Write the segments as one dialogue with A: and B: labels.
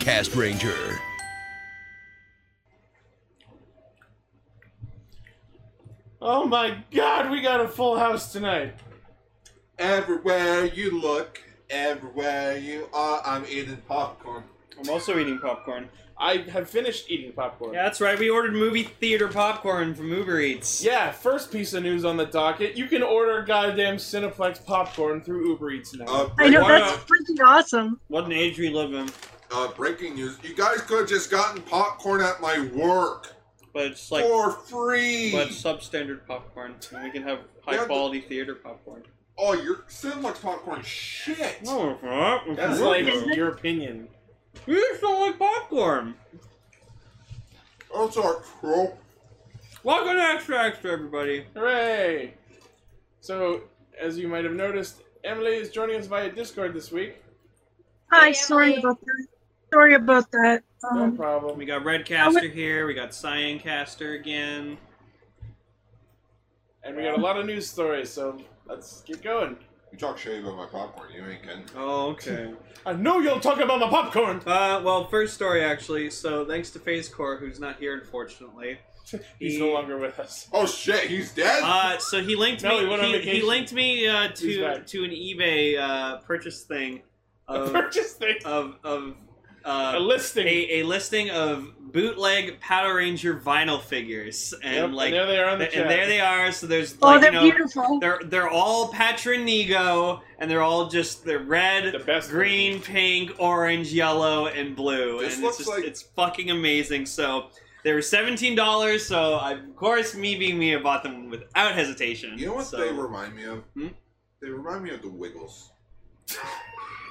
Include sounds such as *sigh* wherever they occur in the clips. A: Podcast Ranger.
B: Oh my god, we got a full house tonight.
C: Everywhere you look, everywhere you are, I'm eating popcorn.
D: I'm also eating popcorn.
B: I have finished eating popcorn.
D: Yeah, that's right. We ordered movie theater popcorn from Uber Eats.
B: Yeah, first piece of news on the docket. You can order goddamn Cineplex popcorn through Uber Eats now.
C: Uh,
E: I
C: breaking-
E: know
D: Why
E: that's freaking awesome.
D: What an age we live in.
C: uh, breaking news. You guys could have just gotten popcorn at my work
D: But it's like
C: for free.
D: but substandard popcorn. And we can have high
C: Yeah, but-
D: quality theater popcorn.
C: Oh, your Cinelux popcorn is shit.
D: No, it's not.
B: That's like your opinion.
D: You just don't like popcorn.
C: Those are crow.
D: Welcome to Extra Extra, everybody.
B: Hooray! So, as you might have noticed, Emily is joining us via Discord this week.
E: Hi,
F: Hey,
E: sorry
F: Emily.
E: about that. Sorry about that.
B: No
E: Um,
B: problem.
D: We got Redcaster here. We got Cyancaster again.
B: And we got a lot of news stories, so let's get going.
C: You talk shit about my popcorn. You ain't kidding.
D: Oh, okay.
B: *laughs* I know you'll talk about my popcorn!
D: *laughs* Uh, well, first story actually. So thanks to PhaseCore, who's not here *laughs* unfortunately.
B: He's no longer with us.
C: Oh shit, he's dead.
D: Uh, so he linked
B: No, he
D: me.
B: went on
D: He, he
B: vacation.
D: linked me uh,
B: He's
D: to
B: back.
D: to an eBay uh, purchase thing
B: *laughs* A
D: of
B: purchase thing.
D: of of
B: A
D: uh,
B: listing.
D: a, a listing of bootleg Power Ranger vinyl figures, and
B: Yep,
D: like
B: there they are on the
D: th-
B: chat.
D: and there they are. So there's
E: oh,
D: like
E: they're
D: you know
E: beautiful.
D: they're they're all Patronigo, and they're all just they're red,
B: The best
D: green, pink, orange, yellow, and blue.
C: This
D: and
C: looks
D: it's just,
C: like-
D: it's fucking amazing. So they were seventeen dollars, so I, of course me being me I bought them without hesitation.
C: you know what
D: So-
C: they remind me of?
D: Hmm?
C: They remind me of the Wiggles.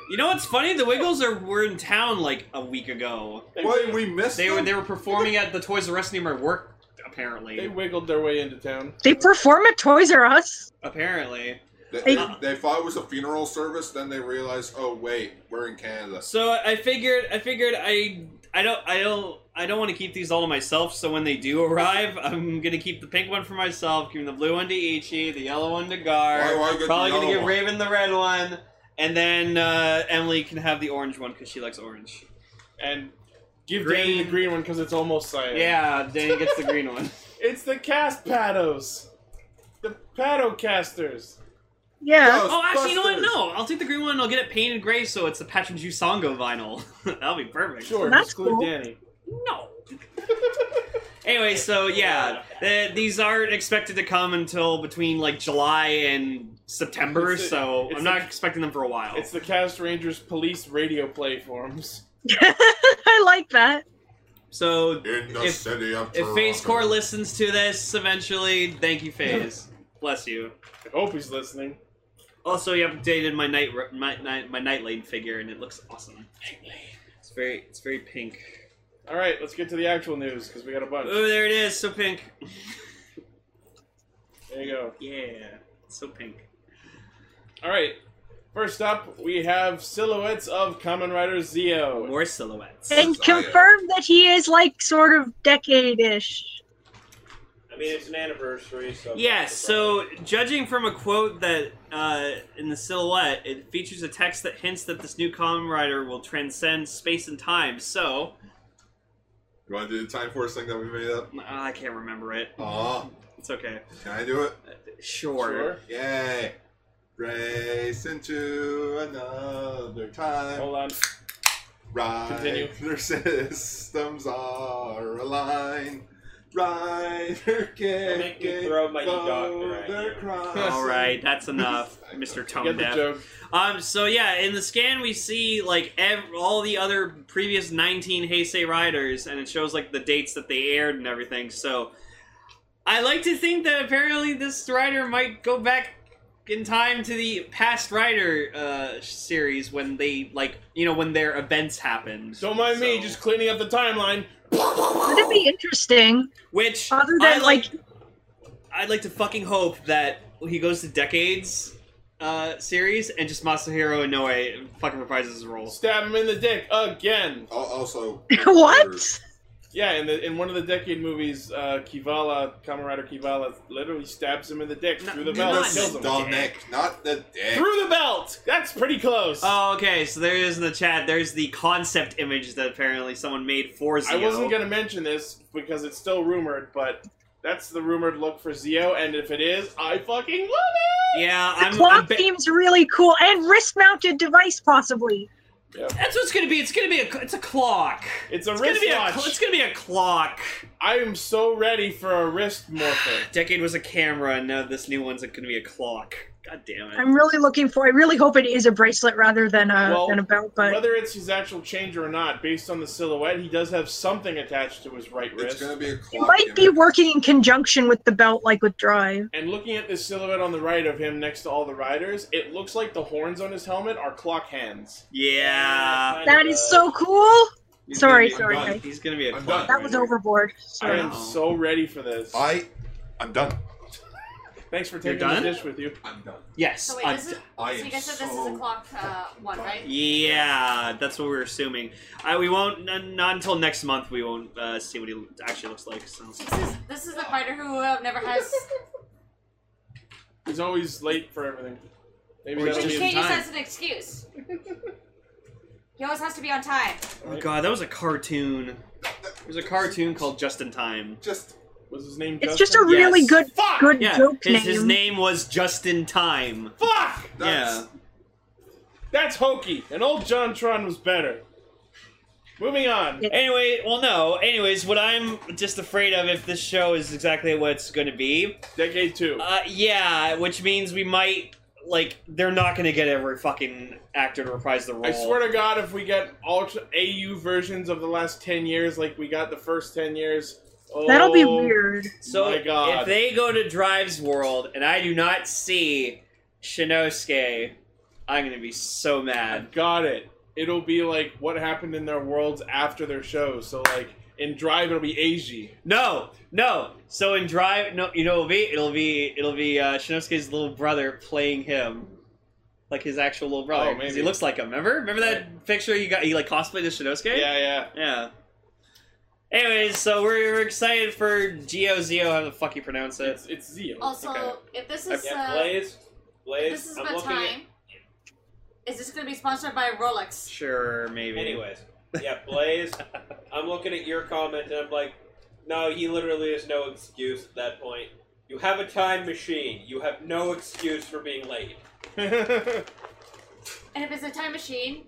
D: You know what's funny? The Wiggles are were in town like a week ago.
B: They,
C: Wait,
B: wiggled,
C: we missed
D: They were
C: them?
D: they were performing at the Toys R Us near my work, apparently.
B: they wiggled their way into town.
E: They perform at Toys R Us.
D: Apparently.
C: They,
D: They-
C: they thought it was a funeral service, then they realized, oh wait, we're in Canada.
D: So I figured, I figured, I, I don't, I don't, I don't want to keep these all to myself. So when they do arrive, I'm gonna keep the pink one for myself, giving the blue one to Ichi, the yellow one to Gar.
C: Why- why get the
D: probably gonna
C: yellow
D: give
C: one?
D: Raven the red one, and then uh, Emily can have the orange one because she likes orange.
B: And give
D: Green.
B: Danny the green one because it's almost cyan.
D: Yeah, Danny gets the
C: *laughs*
D: green one.
B: It's the cast paddos. The paddo casters.
E: Yeah.
D: Oh, actually, you know what?
C: Ghostbusters.
D: No, I'll take the green one. and I'll get it painted gray, so it's the Patrick Jusongo vinyl. *laughs* That'll be perfect.
B: Sure,
E: That's
B: exclude
E: cool.
B: Danny.
D: No. anyway, so yeah, the, these aren't expected to come until between like July and September,
B: It's the-
D: so
B: it's
D: I'm not
B: the-
D: expecting them for a while.
B: It's the Cast Rangers police radio play forms.
E: *laughs* I like that.
D: So
C: In the
D: If-
C: city of
D: if
C: Toronto.
D: Phase Core listens to this eventually, thank you, Phase. Bless you.
B: I hope he's listening.
D: Also, you updated my night ro- my night my night lane figure, and it looks awesome. It's very it's very pink.
B: All right, let's get to the actual news because we got a bunch.
D: Oh, there it is, so pink.
B: There you go.
D: Yeah, so pink.
B: All right. First up, we have silhouettes of Kamen Rider Zeo.
D: More silhouettes.
E: And
C: Desire.
E: confirm that he is like sort of decade-ish.
B: I mean, it's an anniversary, so.
D: Yeah, so judging from a quote that uh, in the silhouette, it features a text that hints that this new Kamen Rider will transcend space and time. So
C: You want to do the time force thing that we made up?
D: I can't remember it.
C: Aw,
D: It's okay.
C: can I do it?
D: Sure.
B: Sure.
C: Yay! Race into another time.
B: Hold on.
C: Right.
B: Oh, continue.
C: Their *laughs* systems are aligned. Rider can't get
B: throw my
C: both
B: doctor at
C: their
B: *laughs* you.
C: crosses.
D: All right, that's enough, Mr.
B: You
D: Tone
B: get the
D: Deaf.
B: joke.
D: Um, so yeah, in the scan we see like ev- all the other previous 19 Heisei riders, and it shows like the dates that they aired and everything. So I like to think that apparently this rider might go back in time to the past rider uh, series when they like you know when their events happened.
B: Don't mind me,
D: So-
B: just cleaning up the timeline.
E: That'd be interesting.
D: which
E: Other
D: I
E: than like, *laughs*
D: I'd like to fucking hope that he goes to decades. Uh, series and just Masahiro Inoue fucking reprises his role.
E: *laughs*
B: Stab him in the dick again.
C: Al- Also,
E: what?
B: Yeah, in the in one of the decade movies, uh, Kivala, Kamen Rider Kivala, literally stabs him in the dick
D: No,
B: through the
D: no,
B: belt,
C: the
D: not
B: kills him
C: stomach, not the dick.
B: through the belt. That's pretty close.
D: Oh, okay. So there is in the chat. There's the concept image that apparently someone made for Zio.
B: I wasn't gonna mention this because it's still rumored, but that's the rumored look for Zio, and if it is, I fucking love it.
D: Yeah,
E: The
D: I'm.
E: claw
D: I'm ba-
E: seems really cool, and wrist-mounted device possibly.
D: that's what it's gonna be. It's gonna be a. It's a clock.
B: It's a
D: It's gonna be a.
B: wristwatch.
D: cl- It's gonna be a clock.
B: I am so ready for a wrist morpher.
D: Decade was a camera, and now this new one's gonna be a clock. God damn it.
E: I'm really looking for. I really hope it is a bracelet rather than a
B: Well,
E: than a belt. But
B: Whether it's his actual changer or not, based on the silhouette, he does have something attached to his right
C: It's
B: wrist.
C: gonna be a
E: it
C: clock.
E: might be
C: image.
E: working in conjunction with the belt, like with drive.
B: And looking at this silhouette on the right of him next to all the riders, it looks like the horns on his helmet are clock hands.
D: yeah.
B: Kind
E: That
B: of,
E: is
B: uh,
E: so cool.
D: He's
E: Sorry,
D: gonna be-
E: sorry,
C: I'm done.
E: guys.
D: He's gonna be a
C: I'm
D: clock.
E: That was
D: rider.
E: overboard.
B: I
E: Sorry.
B: am so ready for this.
C: I, I'm done.
B: Thanks for
D: You're
B: taking the
D: done?
B: dish with you.
C: I'm done.
D: Yes.
A: So Oh, wait,
D: I'm
A: this is,
C: I
A: so
C: am
A: you guys said this is
C: so
A: a clock uh, one, right?
D: Yeah, that's what we're assuming. I, we won't n- not until next month. We won't uh, see what he lo- actually looks like. So.
A: This is this is the fighter who uh, never has.
B: He's always late for everything. Maybe
D: Or he's
A: But
B: that'll
A: you
D: in
B: be
A: can't use
D: time.
A: that as an excuse. he always has to be on time.
D: Oh god, that was a cartoon. There's a cartoon called Just in Time.
C: Just
B: was his name. Justin?
E: It's just a really
D: Yes.
E: good
B: Fuck!
E: good
D: Yeah,
E: joke
D: his,
E: name.
D: his name was Just in Time.
B: Fuck!
C: that's,
D: Yeah.
B: That's hokey. And old Jontron was better. Moving on.
E: Yeah.
D: Anyway, well, no. Anyways, what I'm just afraid of if this show is exactly what it's going to be,
B: Decade two.
D: uh, yeah, which means we might like they're not going to get every fucking actor to reprise the role.
B: I swear to God, if we get ultra AU versions of the last ten years, like we got the first ten years, oh,
E: That'll be weird. *laughs*
D: So
B: My God.
D: if they go to Drive's World and I do not see Shinosuke, I'm gonna be so mad.
B: Got it. It'll be like what happened in their worlds after their shows. So like in Drive, it'll be Eiji.
D: No, no. So in Drive, no, you know, it'll be it'll be it'll be uh, Shinosuke's little brother playing him, like his actual little brother.
B: Oh,
D: 'cause he
B: maybe.
D: looks like him. Remember, remember that picture you got? He like cosplayed as Shinosuke.
B: Yeah, yeah.
D: yeah. Anyways, so we're, we're excited for Geo Zio. How the fuck you pronounce it?
B: It's it's Zio.
A: Also,
D: Okay.
A: if this is
F: Yeah,
A: uh,
F: Blaze.
A: if
F: Blaze.
A: this is
F: I'm
A: the
F: looking
A: time, is this going to be sponsored by Rolex?
D: Sure, maybe.
F: At, anyways,
D: *laughs*
F: yeah, Blaze. I'm looking at your comment and I'm like, no, he literally has no excuse at that point. You have a time machine. You have no excuse for being late.
B: *laughs*
A: And if it's a time machine,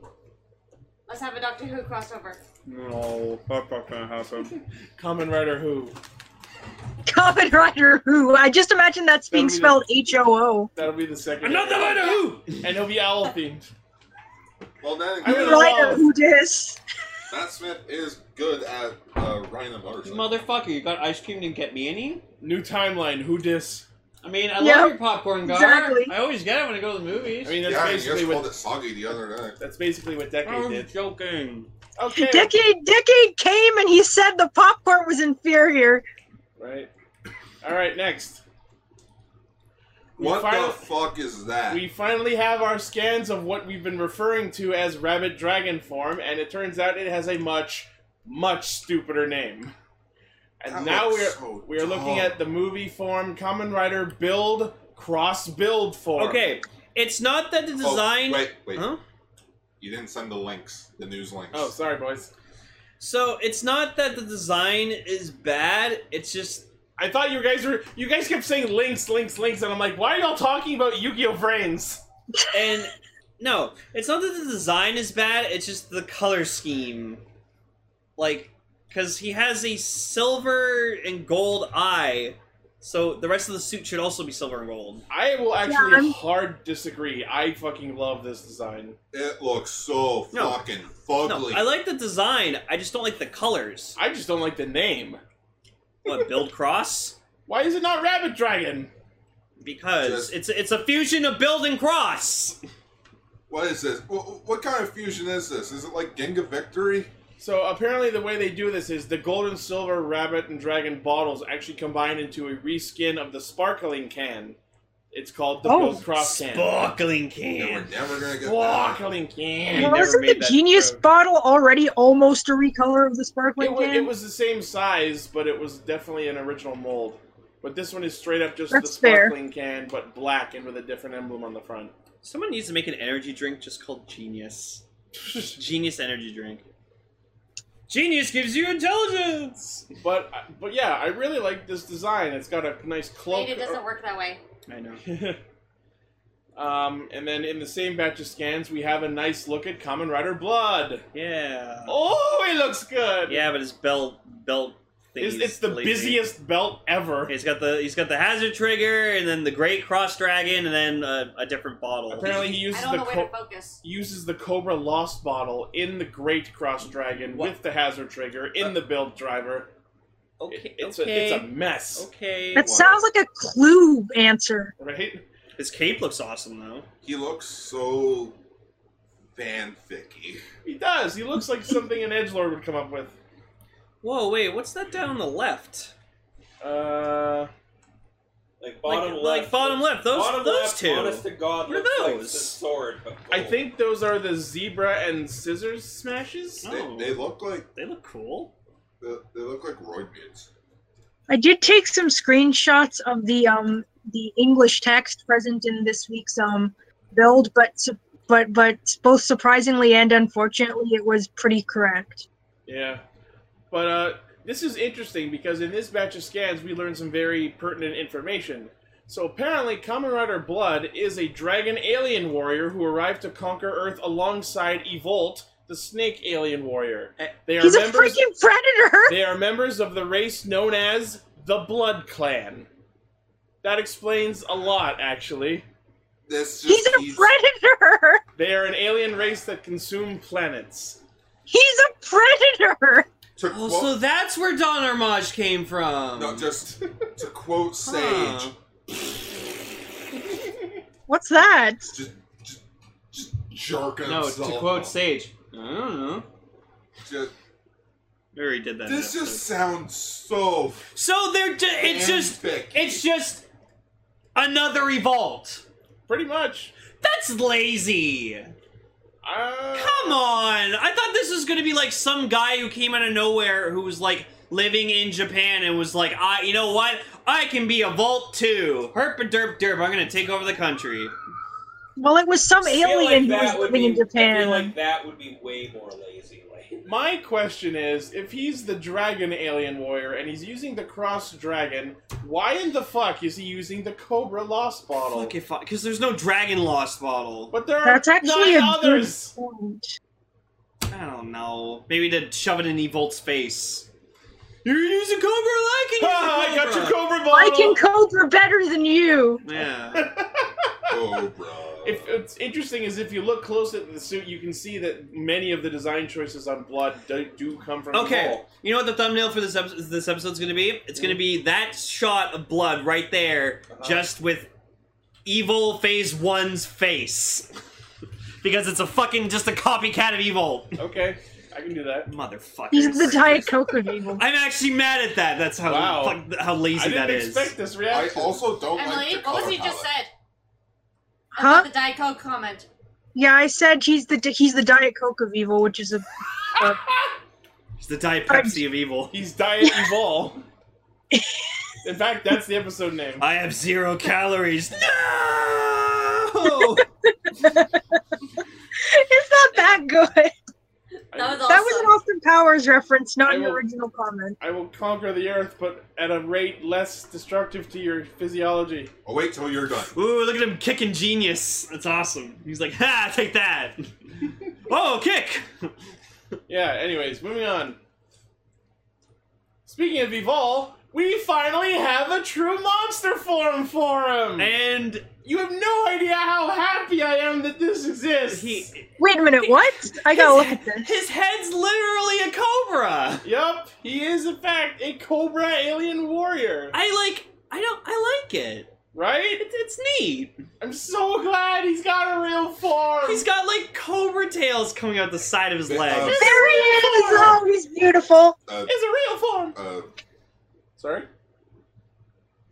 A: let's have a Doctor Who crossover.
D: No, that's not gonna happen.
B: Common Rider who?
E: Common Rider Who. I just imagine that's being
B: Don't be the-
E: spelled H O O.
B: That'll be the second.
D: I'm not the
B: decade.
D: Rider Who.
B: *laughs* And he'll be owl themed.
C: well, then
B: I
C: again,
B: would-
E: Rider Who dis.
C: Matt Smith is good at uh, riding a motorcycle.
D: Motherfucker, you got ice cream didn't get me any.
B: New timeline. Who dis?
D: I mean, I
E: Yep,
D: love your popcorn, guy.
E: exactly.
D: I always get it when I go to the movies.
B: I mean, that's
C: yeah, you
B: basically
C: just called
B: what
C: it soggy the other day.
B: that's basically what Decade
D: I'm
B: did.
D: joking.
B: Okay.
E: Decade Decade came and he said the popcorn was inferior.
B: Right. All right. Next. We
C: What
B: final-
C: the fuck is that?
B: We finally have our scans of what we've been referring to as Rabbit Dragon form, and it turns out it has a much, much stupider name. And
C: That
B: now
C: looks
B: we're
C: so
B: we're looking
C: dumb.
B: at the movie form, Common Rider build, cross build form.
D: Okay, it's not that the
C: Oh,
D: design.
C: wait, wait.
D: Huh?
C: You didn't send the links, the news links.
B: Oh, sorry, boys.
D: So it's not that the design is bad. It's just
B: I thought you guys were you guys kept saying links, links, links, and I'm like, why are y'all talking about Yu-Gi-Oh frames?
D: and no, it's not that the design is bad. It's just the color scheme, like because he has a silver and gold eye, so the rest of the suit should also be silver and gold.
B: I will actually
E: I'm-
B: hard disagree. I fucking love this design.
C: It looks so
D: No.
C: fucking
D: No,
C: fugly.
D: I like the design. I just don't like the colors.
B: I just don't like the name.
D: What build cross?
B: Why is it not Rabbit Dragon?
D: Because
C: Just-
D: it's it's a fusion of build and cross.
C: what is this? What, what kind of fusion is this? Is it like Genga Victory?
B: So apparently, the way they do this is the gold and silver rabbit and dragon bottles actually combine into a reskin of the sparkling can. It's called the
E: Oh.
B: Bill Croft can.
D: Sparkling
C: And we're
D: can.
C: never gonna get that.
B: Sparkling can.
D: never
E: Wasn't the
D: made that
E: genius
D: joke.
E: bottle already almost a recolor of the
B: It,
E: sparkling
B: wa-
E: can?
B: it was the same size, but it was definitely an original mold. But this one is straight up just the
E: That's fair.
B: sparkling can, but black and with a different emblem on the front.
D: Someone needs to make an energy drink just
B: *laughs*
D: called Genius. Genius energy drink. Genius gives you intelligence.
B: But uh, but yeah, I really like this design. It's got a nice cloak.
A: Wait, it doesn't work that way.
D: I know.
B: *laughs* um, and then in the same batch of scans, we have a nice look at Common Rider Blood.
D: Yeah.
B: Oh, it looks good.
D: Yeah, but his belt belt thing.
B: It's, it's the busiest belt ever.
D: He's got the he's got the hazard trigger, and then the great cross dragon, and then uh, a different bottle.
B: Apparently, he
A: I
B: uses
A: don't
B: the
A: know where
B: co-
A: to focus.
B: uses the Cobra Lost bottle in the Great Cross Dragon
D: What? Uh,
B: with the Hazard Trigger in the build driver.
D: okay,
B: It- it's
D: okay,
B: a it's a mess,
D: okay.
E: that sounds like a clue answer.
B: right?
D: His cape looks awesome though.
C: He looks so fanficky.
B: He does. He looks like something an edge lord would come up with.
D: Whoa, wait, what's that down on the left?
B: Uh,
F: Like bottom
D: like,
F: left.
D: like bottom left. Those
F: bottom
D: those
F: left,
D: two.
F: Honest to God,
D: What are
F: looks like
D: those?
F: the sword. But
B: I
F: gold.
B: think those are the zebra and scissors smashes.
D: Oh.
C: They, they look like
D: They look cool.
C: they, they look like roid beads.
E: I did take some screenshots of the um the English text present in this week's um build, but su- but but both surprisingly and unfortunately, it was pretty correct.
B: Yeah, but uh, this is interesting because in this batch of scans, we learned some very pertinent information. So apparently, Kamen Rider Blood is a dragon alien warrior who arrived to conquer Earth alongside Evolt, the snake alien warrior.
D: Eh,
B: They are
E: He's a
B: members.
E: freaking
F: *laughs*
E: predator.
B: They are members of the race known as the Blood Clan. That explains a lot, actually.
C: This just
E: He's a
C: he's-
E: predator.
B: They are an alien race that consume planets.
E: He's a predator.
C: to
D: Oh,
C: quote-
D: so that's where Don Armage came from.
C: no, just to quote Sage,
D: Huh.
E: What's that?
C: just, just just jerking
D: No,
C: himself.
D: to quote
C: off.
D: Sage. I don't know.
C: Just-
D: We already did that.
C: this
D: in episode.
C: just sounds so.
D: So they're ju- it's just
C: fanficky.
D: it's just another revolt.
B: Pretty much.
D: That's lazy.
B: Uh,
D: Come on. I thought this was going to be like some guy who came out of nowhere who was like living in Japan and was like, "I you know what? I can be a vault too. Herp a derp derp. I'm going to take over the country."
E: Well, it was some
F: I feel like
E: alien
F: that
E: who was
F: would
E: living
F: be,
E: in Japan.
F: I feel like that would be way more lazy. Like,
B: My question is, if he's the dragon alien warrior and he's using the cross dragon, why in the fuck is he using the cobra lost bottle?
D: Fuck if cuz there's no dragon lost bottle.
B: But there are
E: That's actually
B: nine
E: a
B: others.
E: good point.
D: I don't know. Maybe to shove it in Evolt's face. You're using Cobra, I can use
B: Ha, *laughs*
D: a
B: I got your cobra bottle.
E: I can Cobra better than you.
D: Yeah.
B: *laughs*
C: Oh, bro.
B: If it's interesting is if you look close at the suit, you can see that many of the design choices on Blood do, do come from
D: Okay,
B: Evol.
D: you know what the thumbnail for this episode, this episode's gonna be? It's gonna be that shot of blood right there,
B: Uh-huh.
D: just with Evil Phase One's face, because it's a fucking just a copycat of Evil.
B: Okay, I can do that.
D: Motherfucker.
E: He's the Diet Coke of
F: *laughs*
E: evil.
D: I'm actually mad at that. That's how
B: Wow.
D: fuck, how
B: I
D: lazy
B: didn't
D: that is.
B: expect this
C: I
B: reaction.
C: also don't like the
A: Emily, what was
C: color
A: he just
C: palette.
A: said?
E: Huh?
A: About The Diet Coke comment.
E: Yeah, I said he's the he's the Diet Coke of evil, which is a *laughs*
D: It's the Diet Pepsi of Evil.
B: He's
E: *laughs*
B: Diet Evol. In fact, that's the episode name.
D: I have zero calories.
B: *laughs*
D: No.
E: it's not that good.
A: That was awesome.
E: That was an Austin Powers reference, not
B: I
E: an
B: will-
E: original comment.
B: I will conquer the earth, but at a rate less destructive to your physiology.
C: Oh, wait till you're done.
D: Ooh, look at him kicking genius. That's awesome. He's like, ha, take that. oh, kick.
B: Yeah, anyways, moving on. Speaking of Evol, we finally have a true monster form for him!
D: And
B: you have no idea how happy I am that this exists!
D: he,
E: Wait a minute, what?
D: *laughs*
E: I gotta look at this.
D: his head's literally a cobra.
B: Yup, he is in fact a Cobra alien warrior,
D: I like, I don't, I like it.
B: right?
D: It's, it's neat.
B: I'm so glad he's got a real form!
D: He's got like cobra tails coming out the side of his
C: Yeah.
D: leg.
E: There he is! Oh, he's beautiful.
C: Uh,
B: it's a real form!
C: uh,
B: Sorry?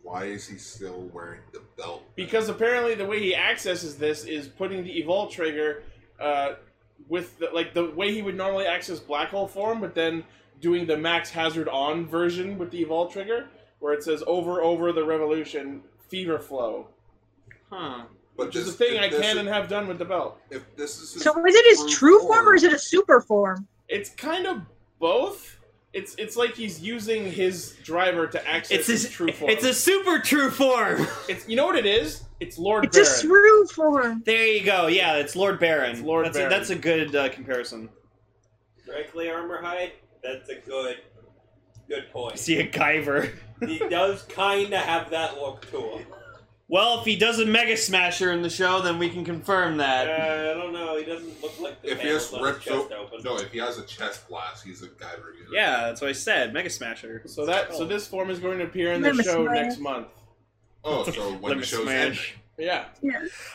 C: why why is he still wearing the belt?
B: Because apparently the way he accesses this is putting the evolve trigger uh, with the, like the way he would normally access black hole form, but then doing the max hazard on version with the evolve trigger, where it says over over the revolution fever flow, Uh,
D: Huh.
C: But
B: which is the
C: this-
B: thing I
C: if this
B: can
C: is-
B: and have done with the belt.
C: If this is his
E: So is it his true form or is it a super form?
B: It's kind of both. It's it's like he's using his driver to access
D: It's
B: his,
D: his,
B: true form.
D: It's a super true form. *laughs*
B: It's- you know what it is? It's Lord
E: It's a
B: Baron.
E: true form.
D: There you go. Yeah, it's Lord Baron.
B: It's Lord
D: that's
B: Baron.
D: A, that's a good uh, comparison.
F: Directly armor hide. That's a good, good point.
D: See a Kyver.
F: he does kind of have that look to him.
D: Well, if he does a Mega Smasher in the show, then we can confirm
F: Uh,
D: that.
F: I don't know. He doesn't look like the
C: If he
F: panels
C: has
F: on his
C: ripped
F: chest
C: open,
F: open.
C: no, if he has a chest blast, he's a guy. reviewer.
D: yeah, that's what I said. Mega Smasher.
B: So that so this form is going to appear in the
E: Limit
B: show
E: Smash.
B: next month.
C: Oh, so when the
D: Limit
C: show's ending.
D: Smash.
B: Yeah.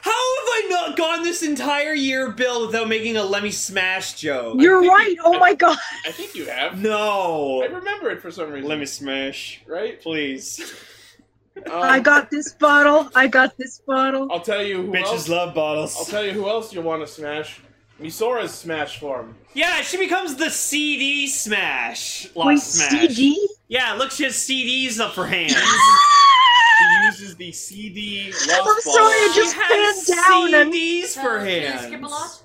D: How have I not gone this entire year, Bill, without making a Lemmy Smash joke?
E: You're
B: think
E: right.
B: he-
E: Oh my god.
B: I think you have. I
D: no.
B: remember it for some reason.
D: Lemmy Smash,
B: right?
D: please. Oh.
B: Um,
E: I got this bottle. I got this bottle.
B: I'll tell you who
D: Bitches
B: else.
D: love
B: I'll
D: bottles.
B: tell you who else you want to smash. Misora's smash form.
D: yeah, she becomes the CD Smash. Lost
E: Wait,
D: Smash.
E: CD?
D: Yeah, look, she has CDs up her
E: *laughs*
D: hands.
B: She uses the CD Lost
E: I'm
B: Ball.
E: sorry, I
D: she
E: just
D: has
E: bent down and-
D: CDs
A: So,
D: for
A: do you
D: hands.
A: skip a lot?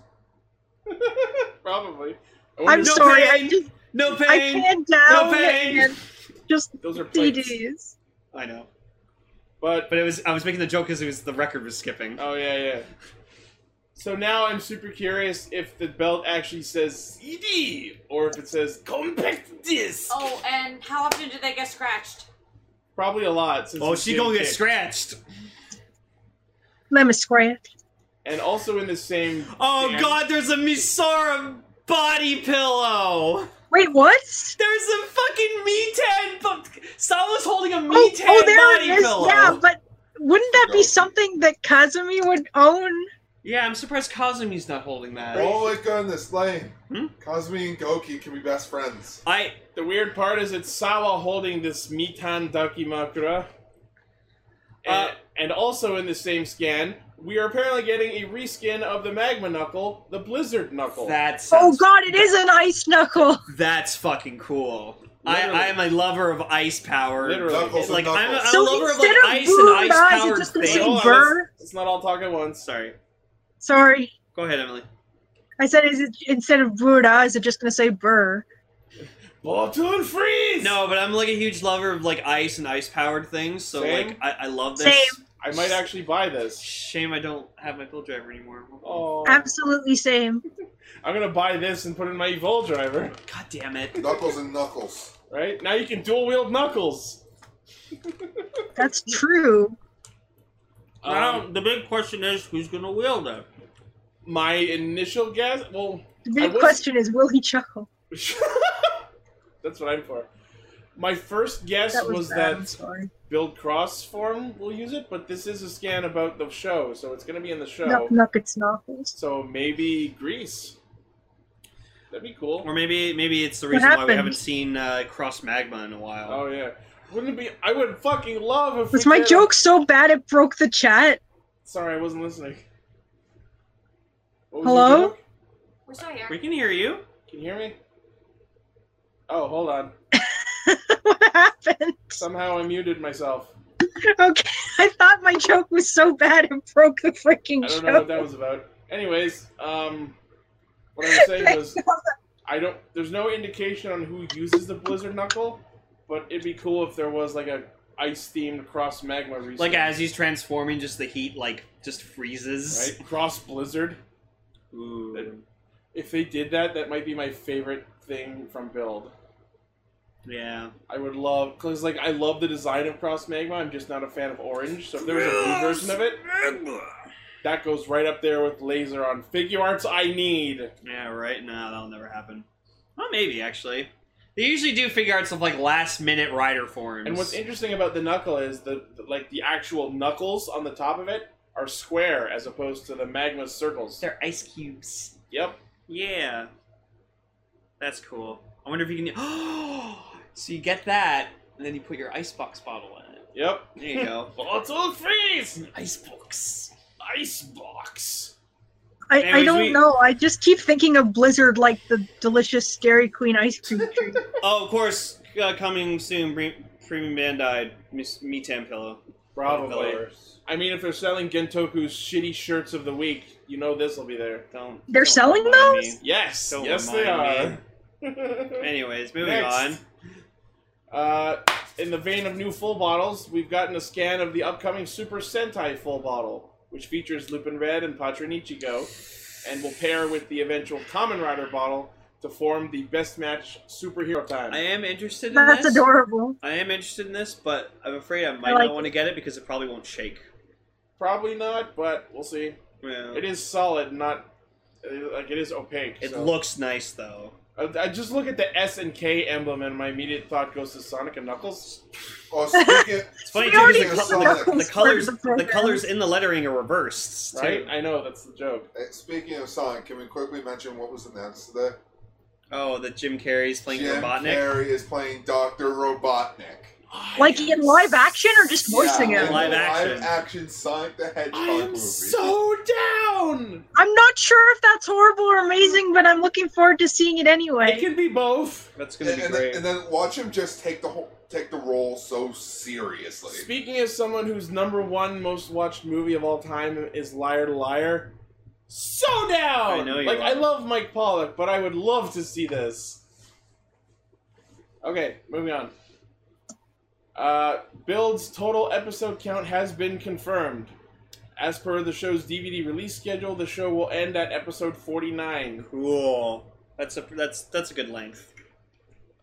B: Probably. I
E: I'm
B: wonder-
D: No
E: sorry.
D: pain.
E: I just
D: No
E: I
D: pain.
E: panned down
D: pain.
E: and just
B: Those are plates.
E: CDs.
D: I know,
B: But
D: but it was I was making the joke because it was the record was skipping.
B: oh yeah, yeah. So now I'm super curious if the belt actually says CD or if it says compact disc.
A: Oh, and how often do they get scratched?
B: Probably a lot. Since
D: oh,
B: it's
D: she
B: getting
D: gonna get
B: kicked.
D: scratched.
E: Let me scratch.
B: And also in the same.
D: Oh
B: damn-
D: God, there's a Misara body pillow.
E: Wait, what?
D: There's a fucking Metan. bu- Sala's holding a Metan
E: Oh, oh, there
D: body
E: it is.
D: pillow.
E: Yeah, but wouldn't that
C: No.
E: be something that Kazumi would own?
D: Yeah, I'm surprised Kazumi's not holding that.
C: Oh my goodness, Lane.
D: Hmm?
C: Cosme and Goki can be best friends.
D: I
B: The weird part is it's Sawa holding this Mitan Dakimakura. And,
D: Uh,
B: and also in the same scan, we are apparently getting a reskin of the Magma Knuckle, the Blizzard Knuckle.
D: that's
E: Oh god, it is an ice knuckle. *laughs*
D: That's fucking cool. I,
B: Literally.
D: I am a lover of ice power.
B: Literally.
C: Knuckles
D: Like
C: and
D: I'm a,
C: knuckles.
D: I'm
E: So
D: a lover of
E: instead
D: like
E: of
D: ice
E: blue
D: and
E: and
D: ice
E: eyes, you're
D: powered
E: just gonna
B: But
E: say-
D: things.
B: hold on,
E: burr.
B: let's, let's not all talk at once.
D: Sorry.
E: Sorry.
D: Go ahead, Emily.
E: I said is it instead of Buddha, is it just gonna say burr?
B: Bottle freeze!
D: No, but I'm like a huge lover of like ice and ice powered things. So
B: Same.
D: like I, I love this.
E: Same.
B: I might actually buy this.
D: Shame I don't have my bill driver anymore.
B: Oh.
E: Absolutely same.
B: I'm gonna buy this and put it in my Evol driver.
D: God damn it.
C: Knuckles and Knuckles.
B: Right? Now you can dual wield Knuckles.
E: That's true.
B: Um,
D: the big question is who's gonna wield it?
B: my initial guess. Well,
E: The
B: I
E: big
B: was-
E: question is will he chuckle?
B: *laughs* that's what I'm for. My first guess
E: That was,
B: was
E: bad, I'm
B: that
E: sorry.
B: Build Cross form will use it, but this is a scan about the show, so it's going to be in the show.
E: Knuck Nuggets Knuckles.
B: So maybe Greece. That'd be cool.
D: Or maybe maybe it's the
E: What
D: reason why we
E: happened?
D: haven't seen uh, Cross Magma in a while.
B: Oh yeah, wouldn't it be? I would fucking love if.
E: Was
B: we
E: my
B: did-
E: joke so bad it broke the chat? *laughs*
B: Sorry, I wasn't listening. What was
E: Hello?
B: your joke?
A: We're still here.
D: We can hear you.
B: Can you hear me? Oh, hold on.
E: what happened?
B: Somehow I muted myself.
E: Okay, *laughs* I thought my joke was so bad it broke the freaking
B: I don't know what
E: show.
B: that was about. Anyways, um, what I was
E: *laughs*
B: saying was, I don't. There's no indication on who uses the Blizzard Knuckle, but it'd be cool if there was like a ice themed cross magma reskin,
D: Like as he's transforming, just the heat like just freezes.
B: right cross Blizzard.
D: Ooh.
B: If they did that, that might be my favorite thing from Build.
D: Yeah.
B: I would love because like I love the design of cross magma. I'm just not a fan of orange, so if there was a blue version of it, that goes right up there with laser on figure arts. I need.
D: Yeah, right. No, that'll never happen. Well, maybe actually. They usually do figure out stuff like last minute rider forms.
B: And what's interesting about the knuckle is the like the actual knuckles on the top of it are square as opposed to the magma circles.
D: They're ice cubes.
B: Yep.
D: Yeah. That's *gasps* cool. I wonder if you can. so you get that, and then you put your icebox bottle in it.
B: Yep.
D: There you go.
B: *laughs* Bottle freeze!
D: Icebox.
B: Icebox.
E: I, I
B: Anyways,
E: don't
B: we-
E: know. I just keep thinking of Blizzard like the delicious Dairy Queen ice cream treat.
D: Oh, of course, uh, coming soon. Bre- Premium Bandai, Miss Meetam Pillow.
B: Probably.
D: Probably.
B: I mean, if they're selling Gentoku's shitty shirts of the week, you know this will be there.
D: Don't.
E: They're
D: don't
E: selling
D: remind
E: those?
D: me.
B: Yes.
D: Don't
B: yes, they
D: remind
B: are.
D: Anyways, moving
B: Next.
D: on.
B: *laughs* Uh, in the vein of new full bottles, we've gotten a scan of the upcoming Super Sentai full bottle, which features Lupin Red and Patronichigo, and will pair with the eventual Common Rider bottle to form the best match superhero time.
D: I am interested in
E: That's
D: this.
E: adorable.
D: I am interested in this, but I'm afraid I might
E: like
D: not want to get it because it probably won't shake.
B: Probably not, but we'll see.
D: Yeah.
B: It is solid, not uh, like it is opaque.
D: It
B: so.
D: looks nice though.
B: I, I just look at the S and K emblem, and my immediate thought goes to Sonic and Knuckles.
C: Or
D: *laughs*
C: speaking,
D: It's funny
E: We
D: too
E: already
D: because the,
C: did the
D: col- the
E: Knuckles
D: colors,
E: part of
D: the
E: the
D: colors in the lettering are reversed. Too.
B: Right? I know that's the joke.
C: uh, speaking of Sonic, can we quickly mention what was announced today?
D: Oh, that Jim Carrey's playing
C: Jim
D: Robotnik.
C: Carrey is playing Doctor Robotnik.
E: Like in live action or just voicing
C: yeah,
E: it?
C: in
D: Live
C: the
D: action.
C: Live action Sonic the Hedgehog
B: I am
C: movie.
B: so down.
E: I'm not sure if that's horrible or amazing, but I'm looking forward to seeing it
B: It
E: anyway.
B: can be both.
D: That's gonna
C: and,
D: be
C: and, then,
D: great.
C: and then watch him just take the whole take the role so seriously.
B: Speaking as someone whose number one most watched movie of all time is Liar to Liar, so down.
D: I know you
B: Like
D: are.
B: I love Mike Pollock, but I would love to see this. Okay, moving on. Uh, Build's total episode count has been confirmed. As per the show's DVD release schedule, the show will end at episode 49.
D: Cool. That's a that's that's a good length.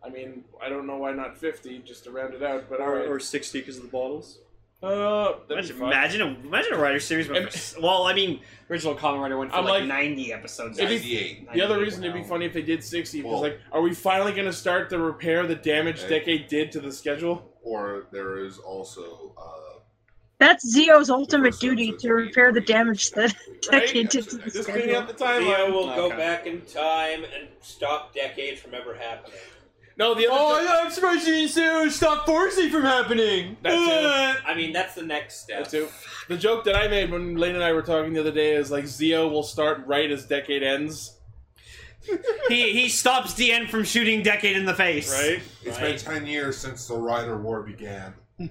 B: I mean, I don't know why not 50, just to round it out, but
D: Or,
B: alright.
D: or sixty because of the bottles.
B: Uh, that'd be
D: Imagine,
B: fun.
D: imagine a imagine a writer series. Went for, s- well, I mean, original Common Rider went for
B: I'm
D: like,
B: like-
D: ninety episodes.
B: It'd be-
C: 98.
B: The other
D: 98,
B: reason it'd be
D: wow.
B: funny if they did 60 because,
C: Well-
B: like, are we finally going to start the repair the damage
C: Hey.
B: Decade did to the schedule?
C: Or there is also. Uh,
E: That's Zio's
C: the
E: ultimate
C: first
E: duty
C: episode
E: to
C: that we
E: repair the
C: reviewed
E: damage that *laughs*
C: last week, right?
E: Decade did to
C: Episode
E: the
B: Just
C: next
B: cleaning
E: schedule.
B: up the
F: Theo
B: timeline.
F: will go
D: Okay.
F: back in time and stop decades from ever happening.
B: No, the other.
D: I'm smashing soon. Stop forcing from happening.
B: That
F: I mean, that's the next step.
B: That's too. The joke that I made when Lane and I were talking the other day is like Zio will start right as Decade ends,
D: he he stops DN from shooting Decade in the face.
B: right?
C: It's
F: Right.
C: been 10 years since the Rider War began.
D: *laughs*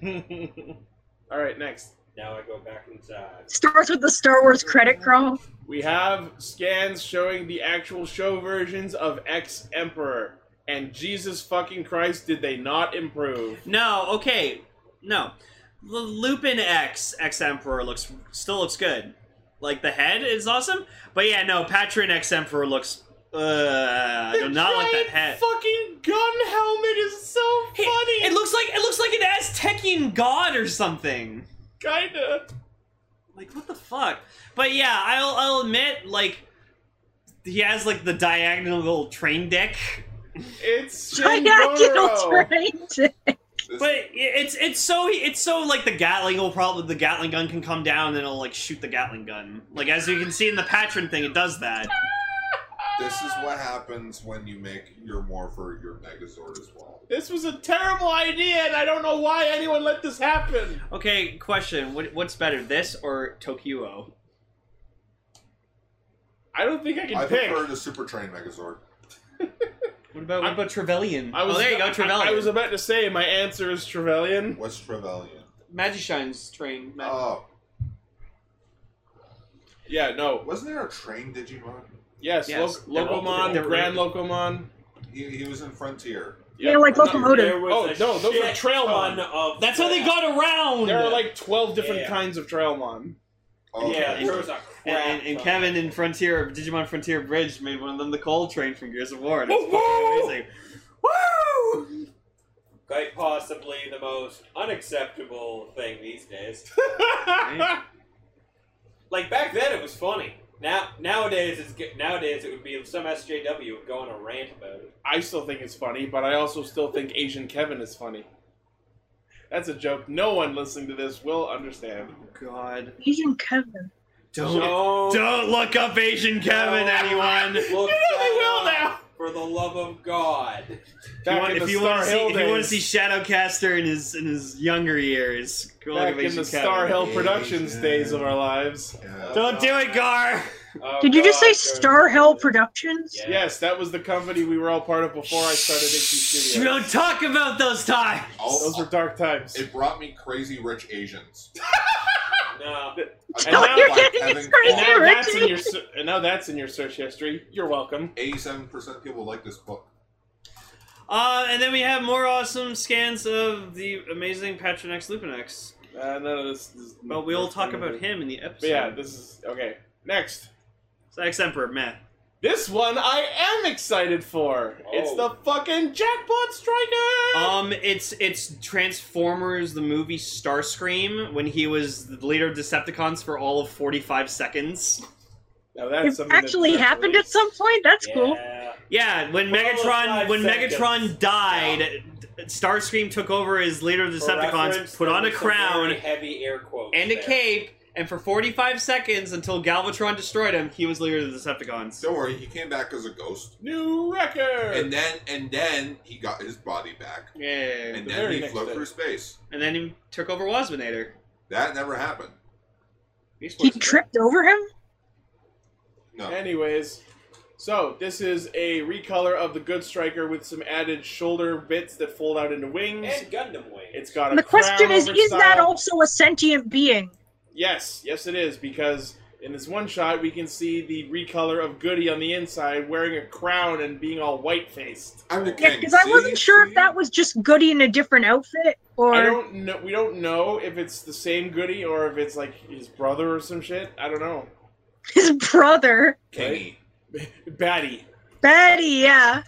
B: All right, next
F: Now I go back in time.
E: Starts with the Star Wars credit
F: *laughs*
E: crawl.
B: we have scans showing the actual show versions of X Emperor, and Jesus fucking Christ, did they not improve?
D: No. Okay. No. The Lupin X X Emperor looks still looks good. Like the head is awesome, but yeah, no. Patron X Emperor looks. Uh, I do
B: The
D: not like that
B: giant
D: head.
B: Fucking gun helmet is so
D: Hey,
B: funny.
D: It looks like it looks like an Aztecian god or something.
B: kinda.
D: Like what the fuck? But yeah, I'll I'll admit like he has like the diagonal little train deck,
E: *laughs*
B: It's Shin
E: Diagonal
B: Goro.
E: train.
C: This-
D: but i- it's it's so it's so like the Gatling will probably the Gatling gun can come down and it'll like shoot the Gatling gun. Like as you can see in the patron thing, it does that.
C: this is what happens when you make your Morpher your Megazord as well.
B: This was a terrible idea, and I don't know why anyone let this happen.
D: Okay, question: what, What's better, this or Tokyo?
B: I don't think I can
C: I
B: pick.
C: prefer the Super Train Megazord.
D: What about what
B: I-
D: about Trevelyan?
B: I was,
D: oh, there you
B: I-
D: go, Trevelyan.
B: I, was about to say my answer is Trevelyan.
C: What's Trevelyan?
D: Magishine's train. Mag-
C: Oh,
B: Yeah, no.
C: wasn't there a train Digimon?
B: Yes,
D: Yes,
B: Lo-
D: they're all-
B: Locomon,
D: they're all-
B: Grand Locomon.
C: He, he was in Frontier.
E: Yeah, like
B: no,
E: locomotive.
F: There was
B: Oh,
F: a
B: no, those are
F: shit
B: Trailmon.
F: ton of
D: That's how they
F: crap.
D: got around.
B: There are like twelve different
F: Yeah.
B: kinds of Trailmon.
C: Oh,
F: Yeah, there was a
D: And,
F: crap
D: and, and
F: ton.
D: Kevin in Frontier Digimon Frontier Bridge made one of them the Coal Train from Gears of War. And it's
B: Woo,
D: fucking
B: woo!
D: amazing.
B: *laughs*
D: Woo!
F: Quite possibly the most unacceptable thing these days. *laughs* Like back then, it was funny. Now, nowadays, it's g- nowadays it would be some SJW would go on a rant about it.
B: I still think it's funny, but I also still think Asian Kevin is funny. That's a joke. No one listening to this will understand.
D: God.
E: Asian Kevin.
D: Don't look up Asian Kevin,
F: No.
D: anyone.
F: Look
B: Oh, You know they
F: that
B: will
F: up.
B: now.
F: For the love of God.
B: Back
D: want-
B: in the
D: if you
B: Star
D: want to see,
B: Hill
D: if you want to
B: days.
D: see Shadowcaster in his in his younger years, go look
B: back
D: at
B: in
D: Vision
B: the Star
D: Cabinet.
B: Hill Productions days of our lives.
C: Yeah.
D: Don't do it, Gar.
F: Oh,
E: Did you just
F: God,
E: say
F: good.
E: Star Hill Productions?
F: Yeah.
B: Yes, that was the company we were all part of before I started NC
D: We
B: Studios.
D: don't talk about those times.
B: Those were
C: Oh,
B: dark times.
C: it brought me crazy rich
B: *laughs*
C: Asians.
F: No.
B: And now- *laughs*
E: you're getting crazy
B: And now
E: rich
B: that's in your se- and now that's in your search history. You're welcome.
C: Eighty-seven percent of people like this book.
D: Uh, and then we have more awesome scans of the amazing Patronex Lupinex.
B: Uh, none of this. is-
D: But we'll talk about him in the episode.
B: But yeah, this is okay. Next,
D: So ex Emperor, meh.
B: this one I am excited for. It's
F: Oh. Uh.
B: the fucking jackpot striker.
D: Um, it's it's Transformers the movie Starscream when he was the leader of Decepticons for all of forty five seconds.
B: now that's
E: It
B: something that's
E: actually
B: not
E: happened at
B: released.
E: some point. That's cool.
F: Yeah.
D: Yeah, when
F: For all of
D: Megatron
F: five
D: when
F: seconds.
D: Megatron died, Starscream took over as leader of the
F: For reference,
D: Decepticons, put
F: there
D: on a
F: were some
D: crown
F: very heavy air quotes
D: and a
F: there.
D: cape, and for forty five seconds until Galvatron destroyed him, he was leader of the Decepticons.
C: Don't worry, he came back as a ghost,
B: New record.
C: and then and then he got his body back,
D: Yeah,
C: and
B: the
C: then
B: very
C: he
B: next
C: floated
B: day.
C: through space.
D: and then he took over Wasminator.
C: That never happened.
D: Beast
E: He
D: Boy's great.
E: tripped over him.
C: No.
B: Anyways, so this is a recolor of the Good Striker with some added shoulder bits that fold out into wings.
F: And Gundam Wing.
B: It's got a
E: And the question
B: crown
E: is,
B: over
E: is that
B: style.
E: also a sentient being?
B: Yes, yes, it is because in this one shot we can see the recolor of Goody on the inside wearing a crown and being all white faced.
C: I'm the
E: Yeah,
C: king.
E: because I
C: See?
E: wasn't sure
C: See?
E: if that was just Goody in a different outfit
B: I
E: or
B: don't know. We don't know if it's the same Goody or if it's like his brother or some shit. I don't know.
E: *laughs* his brother.
C: Kingy.
B: Batty.
E: Betty, yeah.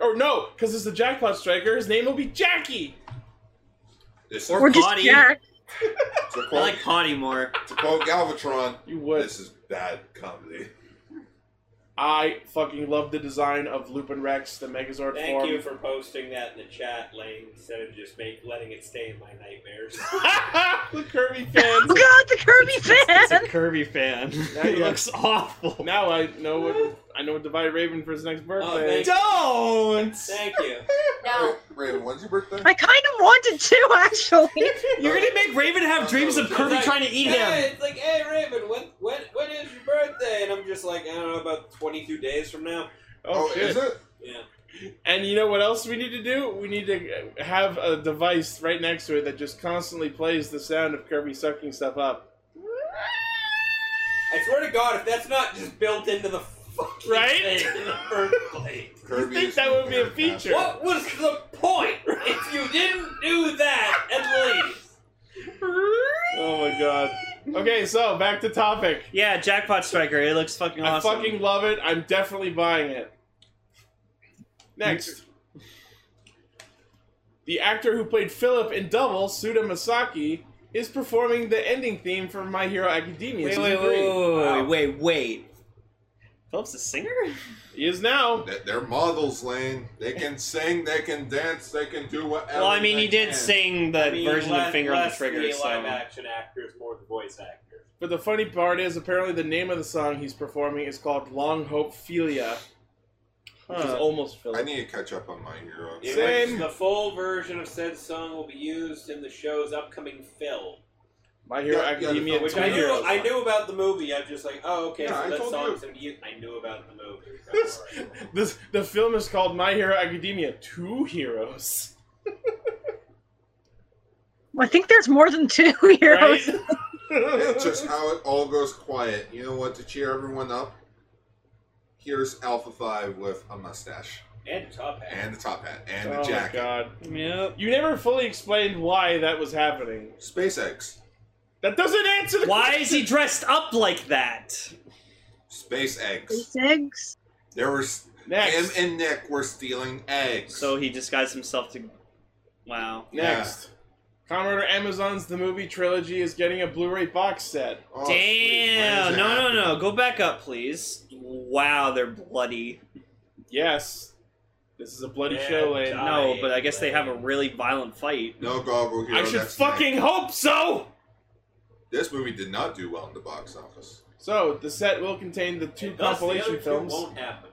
B: Or no, because it's the jackpot striker. His name will be Jackie.
C: This
D: Or
E: Or
C: is
E: just
D: Gotti.
E: Jack. *laughs*
C: to
D: I
C: quote,
D: like Potty more.
C: to quote Galvatron.
B: You would.
C: This is bad
B: *laughs*
C: comedy.
B: I fucking love the design of Lupin Rex, the Megazord
F: Thank
B: form.
F: you for posting that in the chat, Lane, instead of just make, letting it stay in my
D: *laughs*
F: nightmares.
B: *laughs*
F: Oh,
B: the Kirby
E: Oh
B: fans.
E: god,
B: *laughs*
E: the Kirby
D: It's a
E: fan!
D: Kirby fan. *laughs*
B: Yeah,
D: it
B: yeah.
D: looks awful.
B: now I know what I know what Divide Raven for his next birthday.
F: Oh, thank-
D: Don't.
F: Thank you.
B: Oh.
A: No.
C: Raven, when's your birthday?
E: I kind of wanted to, actually.
D: You're gonna make Raven have dreams of Kirby trying to *laughs* eat
F: yeah,
D: him.
F: it's like, hey, Raven, when, when, when is your birthday? And I'm just like, I don't know, about 22 days from now.
B: oh, shit.
C: is it?
F: Yeah.
B: And you know what else we need to do? We need to have a device right next to it that just constantly plays the sound of Kirby sucking stuff up.
F: I swear to God, if that's not just built into the fucking
B: Right?
F: thing in the first place,
C: Kirby
B: think
C: is
B: that would be a
C: fantastic.
B: feature?
F: what was the point? If you didn't do that, at least.
B: Oh my god. Okay, so back to topic.
D: Yeah, Jackpot Striker. It looks fucking
B: I
D: awesome.
B: fucking love it. I'm definitely buying it. Next. The actor who played Philip in Double, Suda Masaki, is performing the ending theme for My Hero Academia
D: Wait,
B: season
D: wait, wait,
B: three.
D: wait,
F: Wow.
D: wait, wait. Philip's a singer?
B: He is now.
C: They- They're models, Lane. They can sing, they can dance, they can do whatever.
D: Well, I mean, he
C: they
D: did
C: can.
D: sing the
F: I mean,
D: version
F: less,
D: of Finger on
F: less
D: the Trigger.
F: the
D: So.
F: live action actors, more the voice actors.
B: But the funny part is, apparently, the name of the song he's performing is called Long Hope Philia, which is
D: Huh.
B: almost
C: I
B: Philip.
C: need to catch up on my hero.
F: In
B: Same.
F: which the full version of said song will be used in the show's upcoming film.
B: My Hero
C: Yeah, yeah,
B: Academia.
C: the-
F: Which
C: Two
F: I knew,
B: Heroes.
F: I knew about the movie. I'm just like, oh, okay,
C: Yeah, I
F: so that
C: told
F: song's
C: you.
F: gonna be used. I knew about the movie. Don't worry.
B: This, the film is called My Hero Academia Two Heroes.
E: I think there's more than two *laughs* heroes.
B: Right?
C: *laughs* It's just how it all goes quiet. You know what? To cheer everyone up, here's Alpha 5 with a mustache,
F: and Top Hat.
C: and the top hat, and
B: oh
C: the
B: my
C: jacket.
B: god.
D: Yep.
B: You never fully explained why that was happening.
C: SpaceX.
B: That doesn't answer the
D: Why is he dressed up
B: *laughs*
D: like that?
C: SpaceX.
E: Space eggs.
C: There was. Him
B: Next.
C: and Nick were stealing eggs.
D: So he disguised himself to. Wow.
B: Next. Comrade Amazon's The Movie Trilogy is getting a Blu ray box set.
C: Oh, sweet. When
D: Damn!
C: is
D: No,
C: that?
D: no, no. Go back up, please. Wow, they're bloody.
B: Yes. This is a bloody
F: Yeah,
B: show, Lane.
F: John.
D: No, but I guess they have a really violent fight.
C: No goggle hero.
B: I should
C: that's Nick.
B: fucking hope so!
C: This movie did not do well in the box office.
B: So, the set will contain the two
F: And thus, the other
B: compilation
F: two
B: films
F: won't happen.